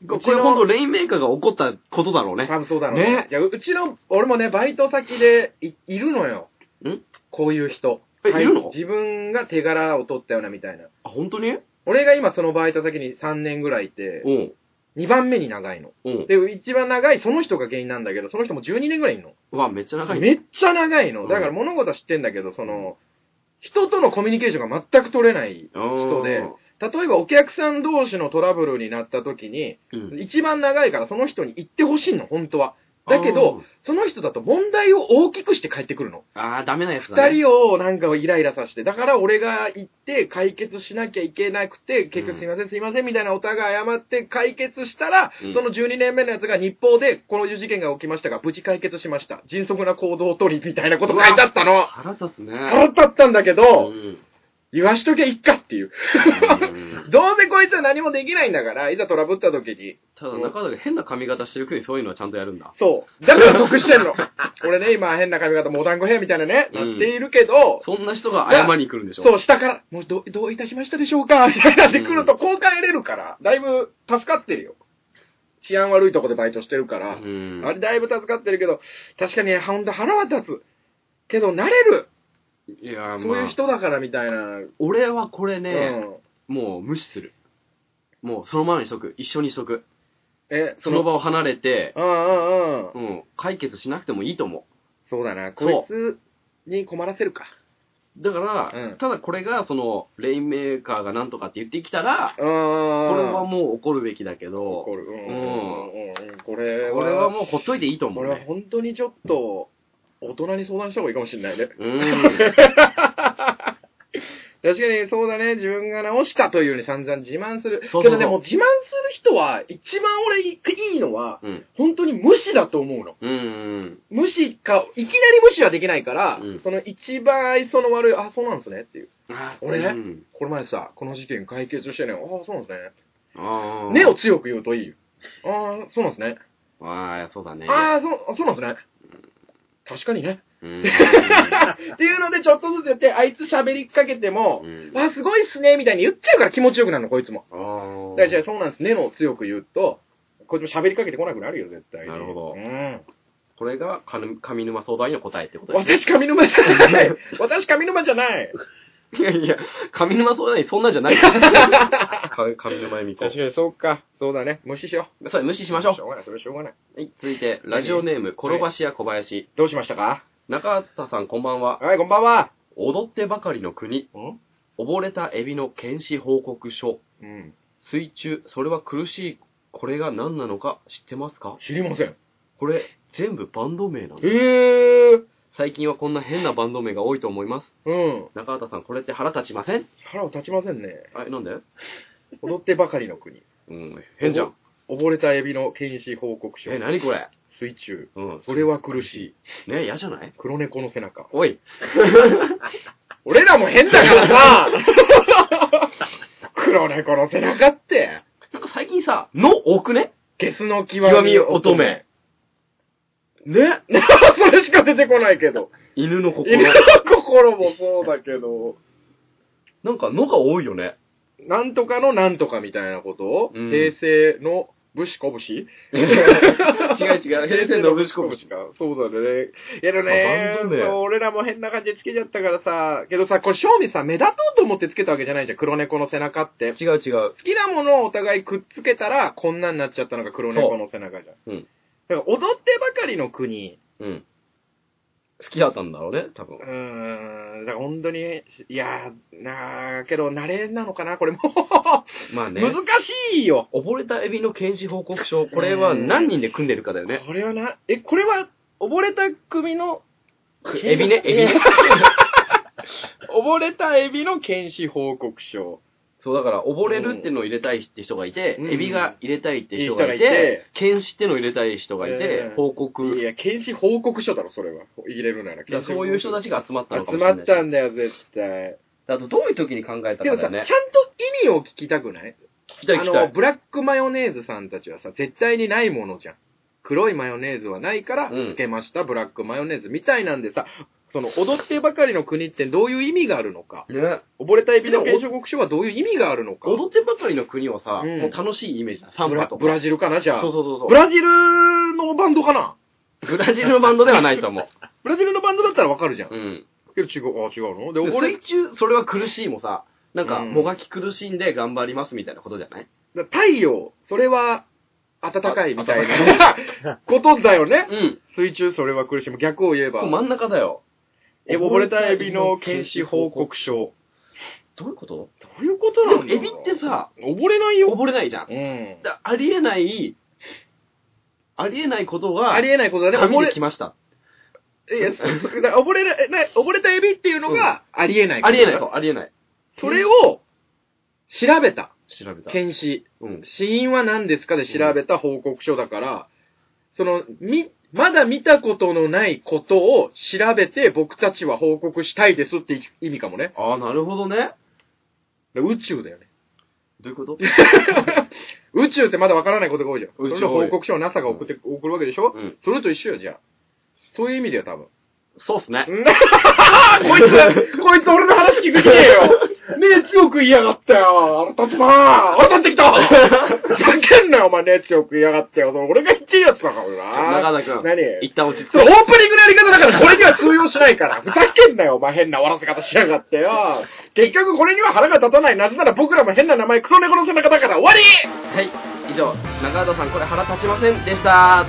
A: ここれ本当レインメーカーが怒ったことだろうね。
B: 多分そうだろうね。
A: ね
B: いやううちの、俺もね、バイト先でいいるのよ。
A: ん
B: こういう人。
A: えいるの
B: 自分が手柄を取ったようなみたいな。
A: あ、本当に
B: 俺が今そのバイト先に3年ぐらいいて、
A: うん。
B: 2番目に長いの。
A: うん。
B: で、一番長いその人が原因なんだけど、その人も12年ぐらいいるの。
A: うわ、めっちゃ長いね。
B: めっちゃ長いの。だか
A: う
B: ら
A: ん
B: 物事は知ってんだけど、その、人とのコミュニケーションが全く取れない。
A: 人
B: で例えばお客さん同士のトラブルになった時に、
A: うん。
B: 一番長いからその人に言ってほしいの、本当は。だけど、その人だと問題を大きくして帰ってくるの。
A: あー、あーダメなやつだね。
B: 二人をなんかイライラさせて、だから俺が行って解決しなきゃいけなくて、結
A: うん
B: 局すいませんすいませんみたいなお互い謝って解決したら、
A: うん
B: その12年目のやつが日報で、こういう事件が起きましたが、無事解決しました。迅速な行動を取りみたいなこと書いてあったの。
A: 腹立つね。
B: 腹立ったんだけ
A: う
B: ど、
A: ん。
B: 言わしときゃいっかっていう。
A: うん
B: どうせこいつは何もできないんだから、いざトラブった時に。
A: ただ、中田が変な髪型してるくせにそういうのはちゃんとやるんだ。
B: そう。だから得して
A: [laughs]
B: んの。俺ね、今変な髪型、モダン語編みたいなね、
A: うん
B: なっているけど、
A: そんな人が謝りに来るんでしょ
B: そう、下から、もうどどういたしましたでしょうかみたいになってくると、こう帰れるから、だいぶ助かってるよ。治安悪いとこでバイトしてるから、
A: うん。
B: あれだいぶ助かってるけど、確かにね、ほんと腹は立つ。けど、慣れる。
A: いやー、
B: そうい
A: ま
B: う
A: あ、
B: 人だからみたいな。
A: 俺はこれ
B: う
A: ね、
B: ん。
A: もう無視する。もうそのままにしとく。一緒にしとく。
B: え、
A: その場を離れて、
B: うんうんうん。
A: うん。解決しなくてもいいと思う。
B: そうだな、
A: そう
B: こいつに困らせるか。
A: だから、
B: うん
A: ただこれが、その、レインメーカーがなんとかって言ってきたら、
B: う
A: こ
B: ん
A: れはもう怒るべきだけど、こ
B: 怒る。うん
A: う
B: うんんうんうん。これ
A: れ
B: は、
A: はもうほっといていいと思
B: こ
A: う、
B: れは
A: ね。
B: 本当にちょっと、大人に相談した方がいいかもしれないね。
A: うん。
B: 確かにそうだね、自分が直したというように散々自慢する。
A: そうそうそう
B: けどでも自慢する人は、一番俺いいのは、
A: うん。
B: 本当に無視だと思うの。
A: うんうん
B: 無視か、いきなり無視はできないから、
A: うん
B: その一番その悪い、あ、そうなんですねっていう。
A: うん。あ
B: 俺ね
A: うん
B: この前さ、この事件解決してね、ああ、そうなんですね。
A: ああ。
B: ねを強く言うといいよ。ああ、そうなんですね。
A: ああ、そうだね。
B: ああ、そう、あそうなんですね。確かにね。
A: うん。
B: っていうので、ちょっとずつやって、あいつ喋りかけても
A: う、
B: [laughs]
A: ん
B: わあ、すごいっすね、みたいに言っちゃうから気持ちよくなるの、こいつも。
A: あー
B: だから、そうなんですね、の強く言うと、こいつも喋りかけてこなくなるよ、絶対に。
A: なるほど
B: うん。
A: これがかぬ上沼相談員の答えってことですね。
B: 私、上沼じゃない。
A: [laughs]
B: 私、上沼じゃない。
A: いやいや、上沼相談員そんなんじゃ
B: [laughs]
A: ないから。か上沼恵美子
B: 確。かに、そうか。そうだね。無視しよ
A: それ無視
B: う。
A: しましょ
B: しょうがない、それはしょうがない。
A: う。はい、続いて、ラジオネーム、転ばし屋小林。
B: どうしましたか
A: 中畑さんこんばんは。
B: はい、こんばんは。
A: 踊ってばかりの国。
B: ん
A: 溺れたエビの検視報告書。
B: うん。
A: 水中、それは苦しい。これが何なのか知ってますか
B: 知りません。
A: これ、全部バンド名なの
B: えー。
A: 最近はこんな変なバンド名が多いと思います。
B: うん。
A: 中畑さん、これって腹立ちません
B: 腹を立ちませんね。
A: あれ、なんで
B: 踊ってばかりの国。
A: うん、変じゃん。
B: 溺れたエビの検視報告書。
A: え、何これ
B: 水中。
A: うん。
B: それは苦しい。
A: い。ね、嫌じゃない
B: 黒猫の背中。
A: おい。
B: 俺らも変だからさ [laughs] 黒猫の背中って、
A: なんか最近さ、の多くね
B: ゲスの極
A: 極
B: み
A: み乙
B: 乙女
A: 女。。ね
B: [laughs] それしか出てこないけど。
A: 犬の
B: 犬の
A: 心。
B: 心もそうだけど、
A: [laughs] なんかのが多いよね。
B: なんとかのなんとかみたいなことを、
A: うん
B: 平成の武士拳
A: 違う違う、
B: [laughs]
A: 平成のぶしこぶし。
B: しか。そうだね。けど
A: あ
B: ね
A: バンド、名
B: そう俺らも変な感じでつけちゃったからさ、けどさ、これ、正味さ、目立とうと思ってつけたわけじゃないじゃん、黒猫の背中っ
A: 違
B: て。
A: う違う。
B: 好きなものをお互いくっつけたら、こんなになっちゃったのが黒猫の背中じゃん。
A: そううん
B: だから踊ってばかりの国、
A: うん。好きだったんだろうね、多分
B: う。ーん、だから本当に、いやー、なー、けど、慣れなのかな、これも。
A: まあね。
B: [laughs] 難しいよ。
A: 溺れたエビの検視報告書、これは何人で組んでるかだよね。
B: これはな、え、これは、溺れた組の、
A: エビね、エビね。
B: [laughs] 溺れたエビの検視報告書。
A: そう、だから、溺れるってのを入れたいって人がいて、
B: うん
A: エビが入れたいって人がい
B: いい人がいて
A: て、検視ってのを入れたい人がいて
B: うん、
A: 報
B: い
A: 告。
B: や、検視報告書だろ、それは。入れるなら。
A: だからそういう人た
B: ち
A: ちが集まったのか
B: 集
A: もしれ
B: ま
A: ない
B: っ。たんだよ、絶対。
A: あと、どういう時に考えた
B: け
A: か
B: ど
A: だ
B: さ、
A: よ
B: ちゃん
A: ね
B: と。意味を聞きたくない
A: 聞きたい
B: あ
A: 聞きた
B: の、
A: い。
B: ブラックマヨネーズさんたちはさ、絶対にないものじゃん。黒いマヨネーズはないから、
A: うん
B: つけました、ブラックマヨネーズみたいなんでさ、その、踊ってばかりの国ってどういう意味があるのか。
A: ね、
B: 溺れたエビの検証国書はどういう意味があるのか。
A: 踊ってばかりの国はさ、
B: うん
A: もう楽しいイメージだ。サン
B: ブ
A: バ
B: ラ
A: とか。
B: ブラジルかな、じゃあ。
A: そうそうそうそう
B: ブ。ラジルのバンドかな
A: ブラジルのバンドではないと思う。
B: ブラジルのバンドだったらわかるじゃん。
A: うん。
B: けど違う、あ、違うので、
A: で
B: 溺れ
A: 水、中、それは苦しいもさ、なんか、
B: うん
A: もがき苦しんで頑張りますみたいなことじゃない
B: だ太陽、それは、暖かいみたい
A: あ [laughs]
B: な [laughs] ことだよね。
A: うん。
B: 水中、それは苦しむ。逆を言えば。
A: 真ん中だよ。
B: え、溺れたエビの検視報告書。
A: どういうこと
B: どういうこと
A: でも、エビって、さ、
B: 溺れないよ。
A: 溺れないじゃん。
B: うん。
A: だありえない、ありえないことは、
B: ありえないことだね。
A: 紙
B: 溺
A: に
B: れ、
A: 来ました。
B: いや、そうそうだから溺れない、溺れたエビっていうのがありえないこ
A: あ
B: と
A: りえない、そう、ありえない。
B: それを、調べた。
A: 調べた。
B: 検視。
A: うん。
B: 死因は何ですかで調べた報告書だから、その、み、まだ見たことのないことを調べて僕たちは報告したいですって意味かもね。
A: ああ、なるほどね。
B: だから宇宙だよね。
A: どういうこと
B: 宇宙ってまだわからないことが多いじゃん。
A: 宇宙
B: それの報告書を NASA が送って、送るわけでしょ、
A: うん。
B: それと一緒よ、じゃあ。そういう意味だよ、多分。
A: そうっすね。
B: あ [laughs] こいつ、こいつ俺の話聞く気ねえよ。ねえ、強く言いやがったよ。腹立つなぁ。腹立ってきたふざけんなよ、お前ねえ、強く言いやがってよ。その俺が言っていいやつだから
A: 中
B: な。
A: 田くん、
B: 何
A: 一旦落ち着
B: そ
A: け
B: れオ。ープニングのやり方だから、これには通用しないから。ふざけんなよ、お前変な終わらせ方しやがってよ。結局これには腹が立たない。なぜなら僕らも変な名前、黒猫の背中だから終わり
A: はい、以上、中畑さん、これ腹立ちませんでした。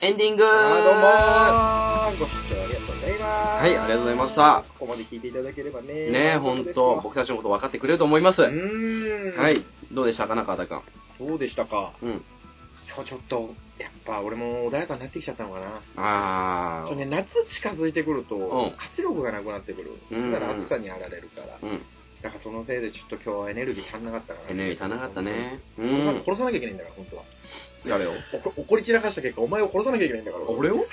A: エンディング
B: あーどうもーご視聴ありがとうございます。
A: はいありがとうございました
B: ここまで聞いていただければね。
A: ねえ、ほんと、僕たちのこと分かってくれると思います。
B: う
A: は
B: ーん。
A: い。、どうでしたか、中畑くん。
B: どうでしたか
A: うん。
B: 今日ちょっと、やっぱ俺も穏やかになってきちゃったのかな。
A: ああ
B: そうね、夏近づいてくると、
A: ん
B: 活力がなくなってくる。
A: うん
B: だから暑さにあられるから。
A: うん
B: だからそのせいでちょっと今日はエネルギー足んなかったから。
A: エネルギー足んなかった。ねう
B: 俺なん
A: ん
B: か殺さなきゃいけないんだから、本当は。
A: 誰を
B: おこ怒り散らかした結果、お前を殺さなきゃいけないんだから。
A: 俺 [laughs] を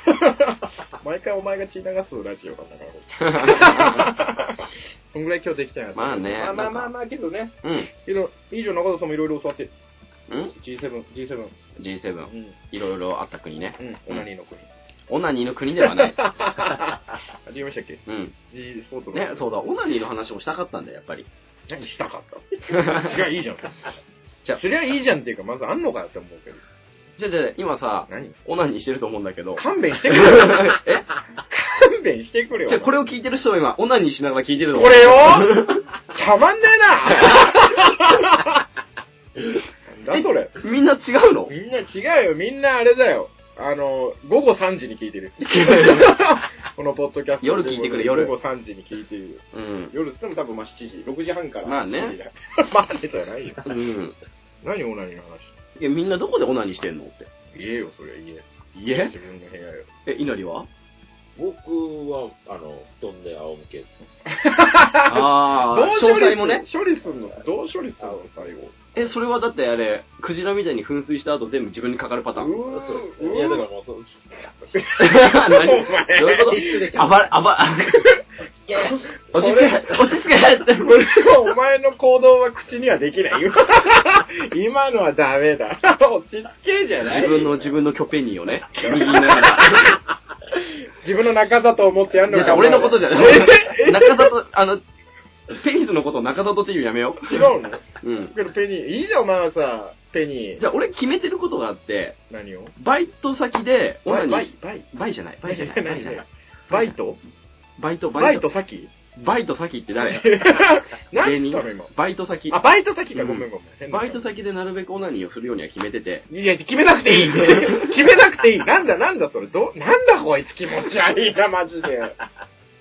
B: 毎回お前が血流すラジオなんだから。そんぐらい今日できちゃいました
A: まあね
B: まあまあま
A: な
B: あ
A: ん
B: まあ、けどね。
A: うん
B: いろいいじゃん、中田さんもいろいろ教わって。
A: うん
B: G7、G7。
A: G7
B: うん。
A: いろいろあった国ね
B: うん。オナニーの国。
A: オナニーの国では
B: [laughs]
A: ない
B: あ、言いましたっけ
A: うん
B: ?G スポーツの。
A: ねそうだオナニーの話もしたかったんだよやっぱり
B: 何したかったいや、いいじゃん。
A: じゃあ
B: そりゃいいじゃんっていうか、まずあんのかよって思うけど。
A: じゃあじゃあ今さ
B: 何
A: オナニーしてると思うんだけど
B: 勘弁してくれよ。
A: [laughs] え
B: 勘弁してくれよ。
A: じゃあこれ
B: を。
A: を聞いてる人は今オナニーしながら聞いてると思
B: こ
A: う
B: れ
A: [laughs]
B: よたまんねえななんだそれ。
A: みんな違うの
B: みんな違うよ。みんなあれだよ。あの、午後3時に聞いて
A: [laughs]
B: る。このポッドキャスト。
A: 夜聞いてくれ夜
B: 午後3時に聞いてる。
A: うん
B: 夜っつっても多分まあ7時、6時半から
A: まあね
B: 7時だ。まあ [laughs] ねじゃないよ。
A: うん
B: 何オナニーの話。
A: いやみんなどこでオナニーしてんのって
B: 言えよ、そりゃ言え。
A: いえ
B: 自分の部屋よ。
A: え稲荷は
C: 僕は、あの、布団で仰向けです。
A: ああ
B: どう処
A: 紹
B: 理
A: 介
B: す
A: も
B: る
A: ね
B: 処理すんのどう処理するの最後。
A: え、それはだってあれ、クジラみたいに噴水した後全部自分にかかるパターン。
B: う
C: そうです
B: ー
C: ね。いや、だからもう、そう、
A: 何どういうこ
C: 一緒でキ
A: とあ
C: ャンプ。
A: ば、あば、
C: いや、
A: 落ち着け、落ち着けって。
B: これはお前の行動は口にはできない
A: [laughs]
B: よ。今のはダメだ。落ち着けじゃない。
A: 自分の、自分のキョペニーをね、握りながら。
B: 自分の中だと思ってやん
A: い
B: の
A: や
B: か。
A: 俺のことじゃない
B: え。
A: 中田と、あの、ペニスのことを中田とっていうやめよ
B: 違うのだ
A: う。うん。
B: けどペニー、いいじゃんお前はさ、ペニー。
A: じゃあ俺決めてることがあって、
B: 何を
A: バイト先で、オ
B: バ
A: ナ
B: イ
A: ニー
B: バ
A: し
B: イ、バイ。
A: バイじゃない、バイじゃない、バイじゃない。
B: バイト
A: バイト、
B: バ
A: バイ
B: イ
A: ト、[laughs]
B: ト先
A: バイト先って誰
B: 何
A: 芸
B: つ
A: 人
B: ったの今。
A: バイト先
B: あ、。バイト先か。
A: うん
B: ごめんごめん変な。
A: バイト先でなるべくオナニーをするようには決めてて、
B: いや、決めなくていい
A: [laughs]
B: 決めなくていいなんだなんだそれど、なんだこいつ気持ち悪い
A: [laughs]
B: な、マジで。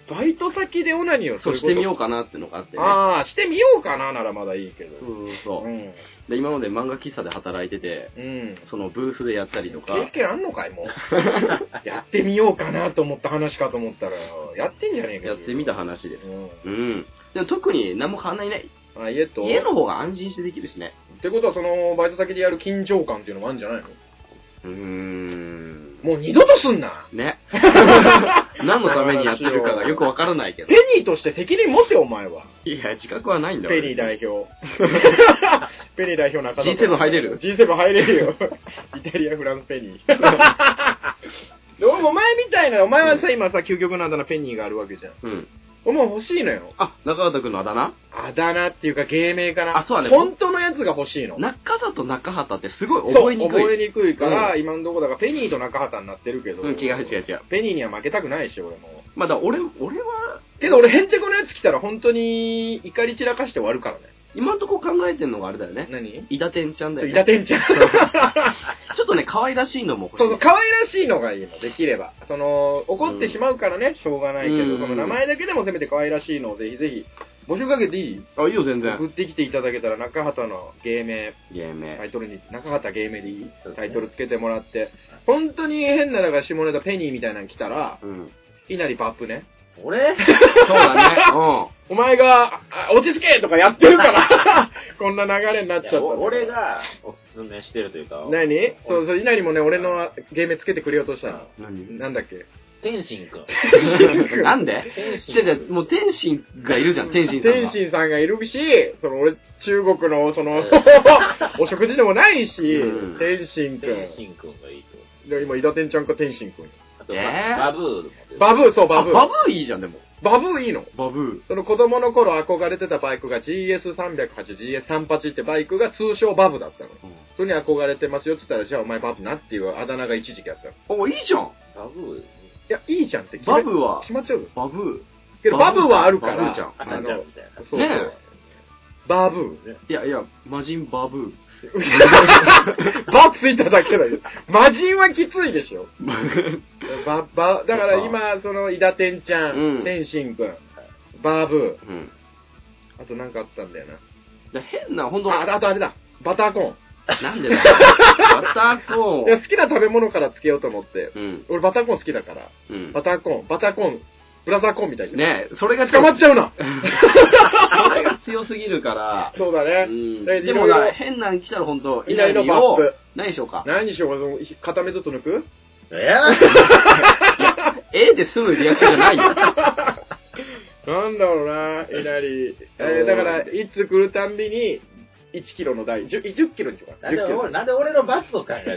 B: バイト先でオナニーをす
A: そう
B: ること
A: してみようかなってのがあってね。
B: ああ、してみようかなならまだいいけど。
A: そうそう
B: う
A: そ
B: ん。
A: う。で、今まで漫画喫茶で働いてて、
B: うん。
A: そのブースでやったりとか、
B: 経験あんのかいもう。
A: [laughs]
B: やってみようかなと思った話かと思ったら、やってんじゃねえか
A: や
B: よ
A: ってみた話です。
B: う
A: うん。でも特に何も変わんないね。
B: ん。あ、家と。
A: 家の方が安心してできるしね。
B: ってことは、その、バイト先でやる緊張感っていうのもあるんじゃないの
A: うーん。
B: もう二度とすんな
A: [laughs] ね。何のためにやってるかがよくわからないけど
B: ペ。ニーとして責任持てよ、お前は。
A: いや、自覚はないんだ
B: ペニー代
A: [laughs]
B: 表。ペニー代表中田。
A: G7 入れる
B: ?G7 入れるよ。イタリア、フランス、ペニ
A: [laughs]
B: ー。でもお前みたいな、お前はさ、今さ、究極のあだ名ペニーがあるわけじゃん。
A: うん。
B: お前欲しいのよ。
A: あ、中畑くんのあだ名
B: あだ名っていうか芸名かな。
A: あそうだね
B: 本当のやつが欲しいの。
A: 中田と中畑ってすごい
B: そ
A: 覚
B: う
A: えにくい。
B: 覚えにくいから、今のところだから、ペニーと中畑になってるけど。
A: うん、違う違う違う。
B: ペニーには負けたくないし、俺も。
A: まあだから俺、俺は、
B: けど俺、ヘンテコのやつ来たら、本当に怒り散らかして終わるからね。
A: 今んとこ考えてんのがあれだよね。
B: 何
A: 伊田天ちゃんだよ
B: イ
A: ね。
B: ダ
A: [laughs]
B: テンちゃん。
A: ちょっとね、可愛らしいのも欲しい。
B: そうそう、可愛らしいのがいいの、できれば。その、怒ってしまうからね、しょうがないけ
A: う
B: ど、
A: ん
B: その名前だけでもせめて可愛らしいのをぜひぜひ、募集かけていい
A: あ、いいよ、全
B: 送。ってきていただけたら、中畑の芸名、
A: ゲー
B: タ
A: ム。
B: イトルに、中畑芸名でいい
C: そうですね
B: タイトルつけてもらって、本当に変な、だから下ネタペニーみたいなの来たら、
A: うん。
B: 稲荷パップね。
C: 俺
A: そうだね。う
B: お前が、あ落ち着けとかやってるから、 [laughs] こんな流れになっちゃっ
C: い
B: た
C: や
B: の。
C: お俺がおすすめしてるというか、
B: 何そうそう、稲荷もね、俺の芸名つけてくれようとしたの。
A: ん。
B: なんだっけ
C: 天心 [laughs] く
A: 何
C: ん。
A: なんで
C: 天
A: じゃ
C: 心
A: じゃもう天心がいるじゃん、天心さん
B: 天
A: が。
B: 心さんがいるし、その俺、中国の、その、お食事でもないし、
A: うん
B: 天心く
C: 天
B: ん。
C: 心くんがいいと思う。
B: で今、伊田天ちゃんか天心くん。
C: あと、
A: えー
C: ババブーも出てる
B: バブー、そう、
A: あ
B: バブ
A: バ
B: ー。
A: ブーいいじゃん、でも。
B: バブーいいの。
A: バブ
B: その子供の頃憧れてたバイクが GS308、GS38 ってバイクが通称バブだったの。
A: ー。
B: それに憧れてますよって言ったら、じゃあお前バブなっていうあだ名が一時期あったの。
A: お、
B: い
A: いいじゃん。
C: バブー
B: や、いいじゃんって決め
A: バブーは、
B: 決まっちゃうぞ
A: バブ
B: けど、バブはあるから、
A: バブちゃん
C: あ
B: あ
C: なんちゃん
B: の
C: み、たいな。
B: そうそう
A: ね
B: バブー。
A: ー。いやいや、魔人バブ
B: バついただけだよ。魔人はきついでしょ。
A: ー。
B: ババだから今、その、伊田天ちゃん、
A: うん
B: 天心くん、バーブ
A: うん。
B: ー、あとなんかあったんだよな。
A: だ変な、ほんと、
B: あ、あとあれだ、バターコーン。
A: なんでだよ。バターコ
B: いや、
A: ーン。
B: 好きな食べ物からつけようと思って。
A: うん。
B: 俺バターコーン好きだから。
A: うん。
B: バターコーン、バターコーン、ブラザーコーンみたいじゃん。
A: ねえ、それが
B: 捕まっちゃうな。
A: それが強すぎるから。
B: そうだ
A: う
B: ね。
A: ん。
B: え
A: でも
B: いろい
A: な、
B: ろ
A: 変なん来たら本当
B: いなりの
A: 稲荷
B: バッ
A: を
B: プ。
A: 何にしようか。
B: 何にしようか、その、片目ずつ抜く
C: えー、 [laughs]
A: ええで済むリアクションじゃないよ。
B: なんだろうな、いなり。えーだから、いつ来るたんびに、1キロの台、10, 10キロにしようか。
C: な
B: 10
C: ん
B: キ
C: で
B: ロ
C: 俺。なんで俺の罰を考えてる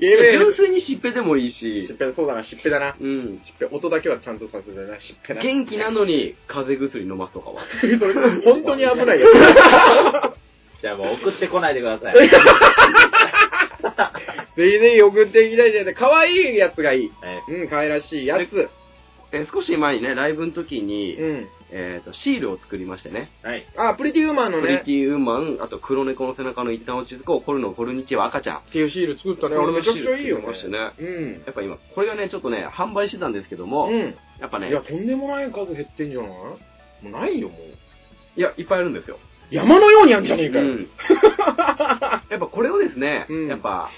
B: ゲーム
A: 純粋にしっぺでもいい
B: しっ
A: し、
B: ぺだ、そうだな、しっぺだな。
A: うん。
B: しっぺ、音だけはちゃんとさせてな、しっぺな。
A: 元気なのに風邪薬飲ますとかは。
B: それ、 [laughs] 本当に危ないやつ。
C: じゃあもう送ってこないでくださ [laughs] い。
B: ぜひぜひ送っていきたいじゃない可愛いやつがいい。
C: え
B: うん、可愛らしいやつ。
A: えー少し前にね、ライブの時に、
B: うん。
A: えっ、と、シールを作りましてね。
C: ーはい。
B: あ、プリティウーマンの
A: プリ
B: ね
A: テ、ィウーマン、あと黒猫の背中の一端落ち着こう、コルノ、コルニチは赤ちゃん。
B: っていうシール作ったね。あれめちゃくちゃいいよね。
A: これのシール作りまし
B: うん。
A: やっぱ今、これがね、ちょっとね、販売してたんですけども、
B: うん。
A: やっぱね、
B: いや、とんでもない数減ってんじゃないもうないよ、もう。
A: いや、いっぱいあるんですよ。
B: 山のようにあるんじゃねえか
A: う
B: よ。
A: [laughs] んやっぱこれをですね、
B: うん
A: やっぱ、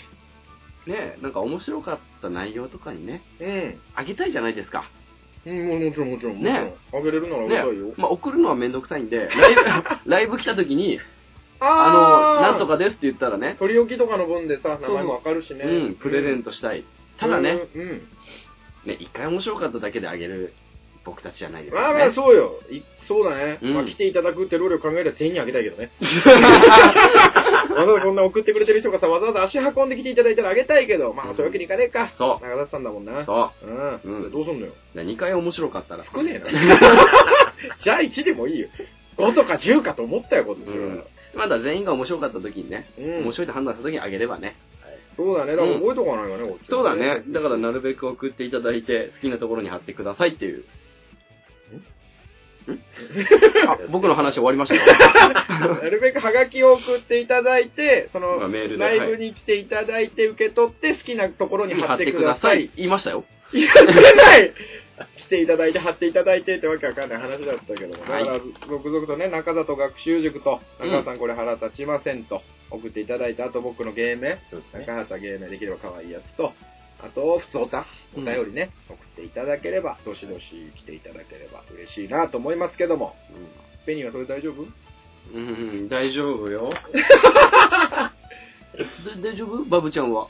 A: ね、なんか面白かった内容とかにね、
B: うん。
A: あげたいじゃないですか。
B: うん、もうもちろん、もちろん。もちろん
A: ね
B: あげれるならあげ
A: ね
B: たいよ。、
A: まあ送るのはめんどくさいんで、ライ [laughs] ブライブ来た時に、あの、
B: ー
A: なんと。かですって言ったらね、
B: 取り置きとかの分でさ、名
A: そう
B: 前もわかるしね。
A: うん、プレゼントしたい。ただね、
B: うん。うん。
A: ね、一回面白かっただけであげる僕たちじゃないです
B: まあ
A: か、
B: まあ
A: ね。
B: そうよ。いそうだね。
A: うん
B: まあ来ていただくってルールを考えれば全員にあげたい
A: [laughs]
B: けどね。わざわざこんな送ってくれてる人がさ、わざわざ足運んできていただいたらあげたいけど、まあそういうわけにいかねえか。
A: そ
B: 長田さんだもんな。
A: う、そう
B: うん。
A: うん
B: どうすんのよ。。
A: だから二回面白かったら。
B: 少ねえな。 [laughs] じゃあ1でもいいよ。5とか10かと思ったよ、こっちは。
A: うんまだ全員が面白かった時にね、
B: うん
A: 面白いと判断した時にあげればね。
B: そうだね。だから覚えとかないよね、こっちは
A: そうだね。。だからなるべく送っていただいて、好きなところに貼ってくださいっていう。
B: [laughs]
A: んあ僕の話終わりましたよ
B: なるべくハガキを送っていただいて、そ
A: まあ
B: の、
A: メールで
B: ライブに来ていただいて受け取って、好きなところに貼
A: 貼っ
B: っ
A: てて
B: く
A: く
B: だ
A: だ
B: さ
A: さ
B: い
A: い。。言いましたよ。
B: やってない
A: [laughs]
B: 来ていただいて、貼っていただいてってわけわかんない話だったけども、
A: はい
B: だから続々とね、中里学習塾と、中里さんこれ腹立ちませんと、送っていただいた、あと僕の芸名、
C: そうですね。
B: 中畑芸名できれば可愛いやつと、あと、普通おた、お便りね、送っていただければ、どしどし来ていただければ嬉しいなと思いますけども、ペニーはそれ大丈夫
A: うん、うん大丈夫 [laughs] よ。だ大丈夫バブちゃん [laughs] は。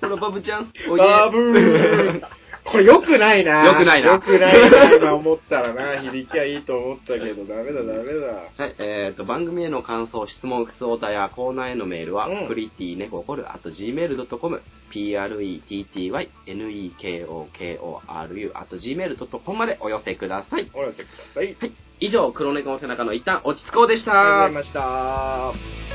A: ほら、バブちゃん。おいで
B: バブーこれ良くないな
A: 良くないな
B: 良くないな、今思ったらな、響きはいいと思ったけど、ダメだダメだ。
A: はい、えっ、と、番組への感想、質問、靴オタやコーナーへのメールは、
B: うん
A: プリティネココル、あと gmail.com、p-r-e-t-t-y-n-e-k-o-k-o-r-u、あと gmail.com までお寄せください。
B: お寄せください。
A: 以上、黒猫の背中の一旦落ち着こうでした。
B: ありがとうございました。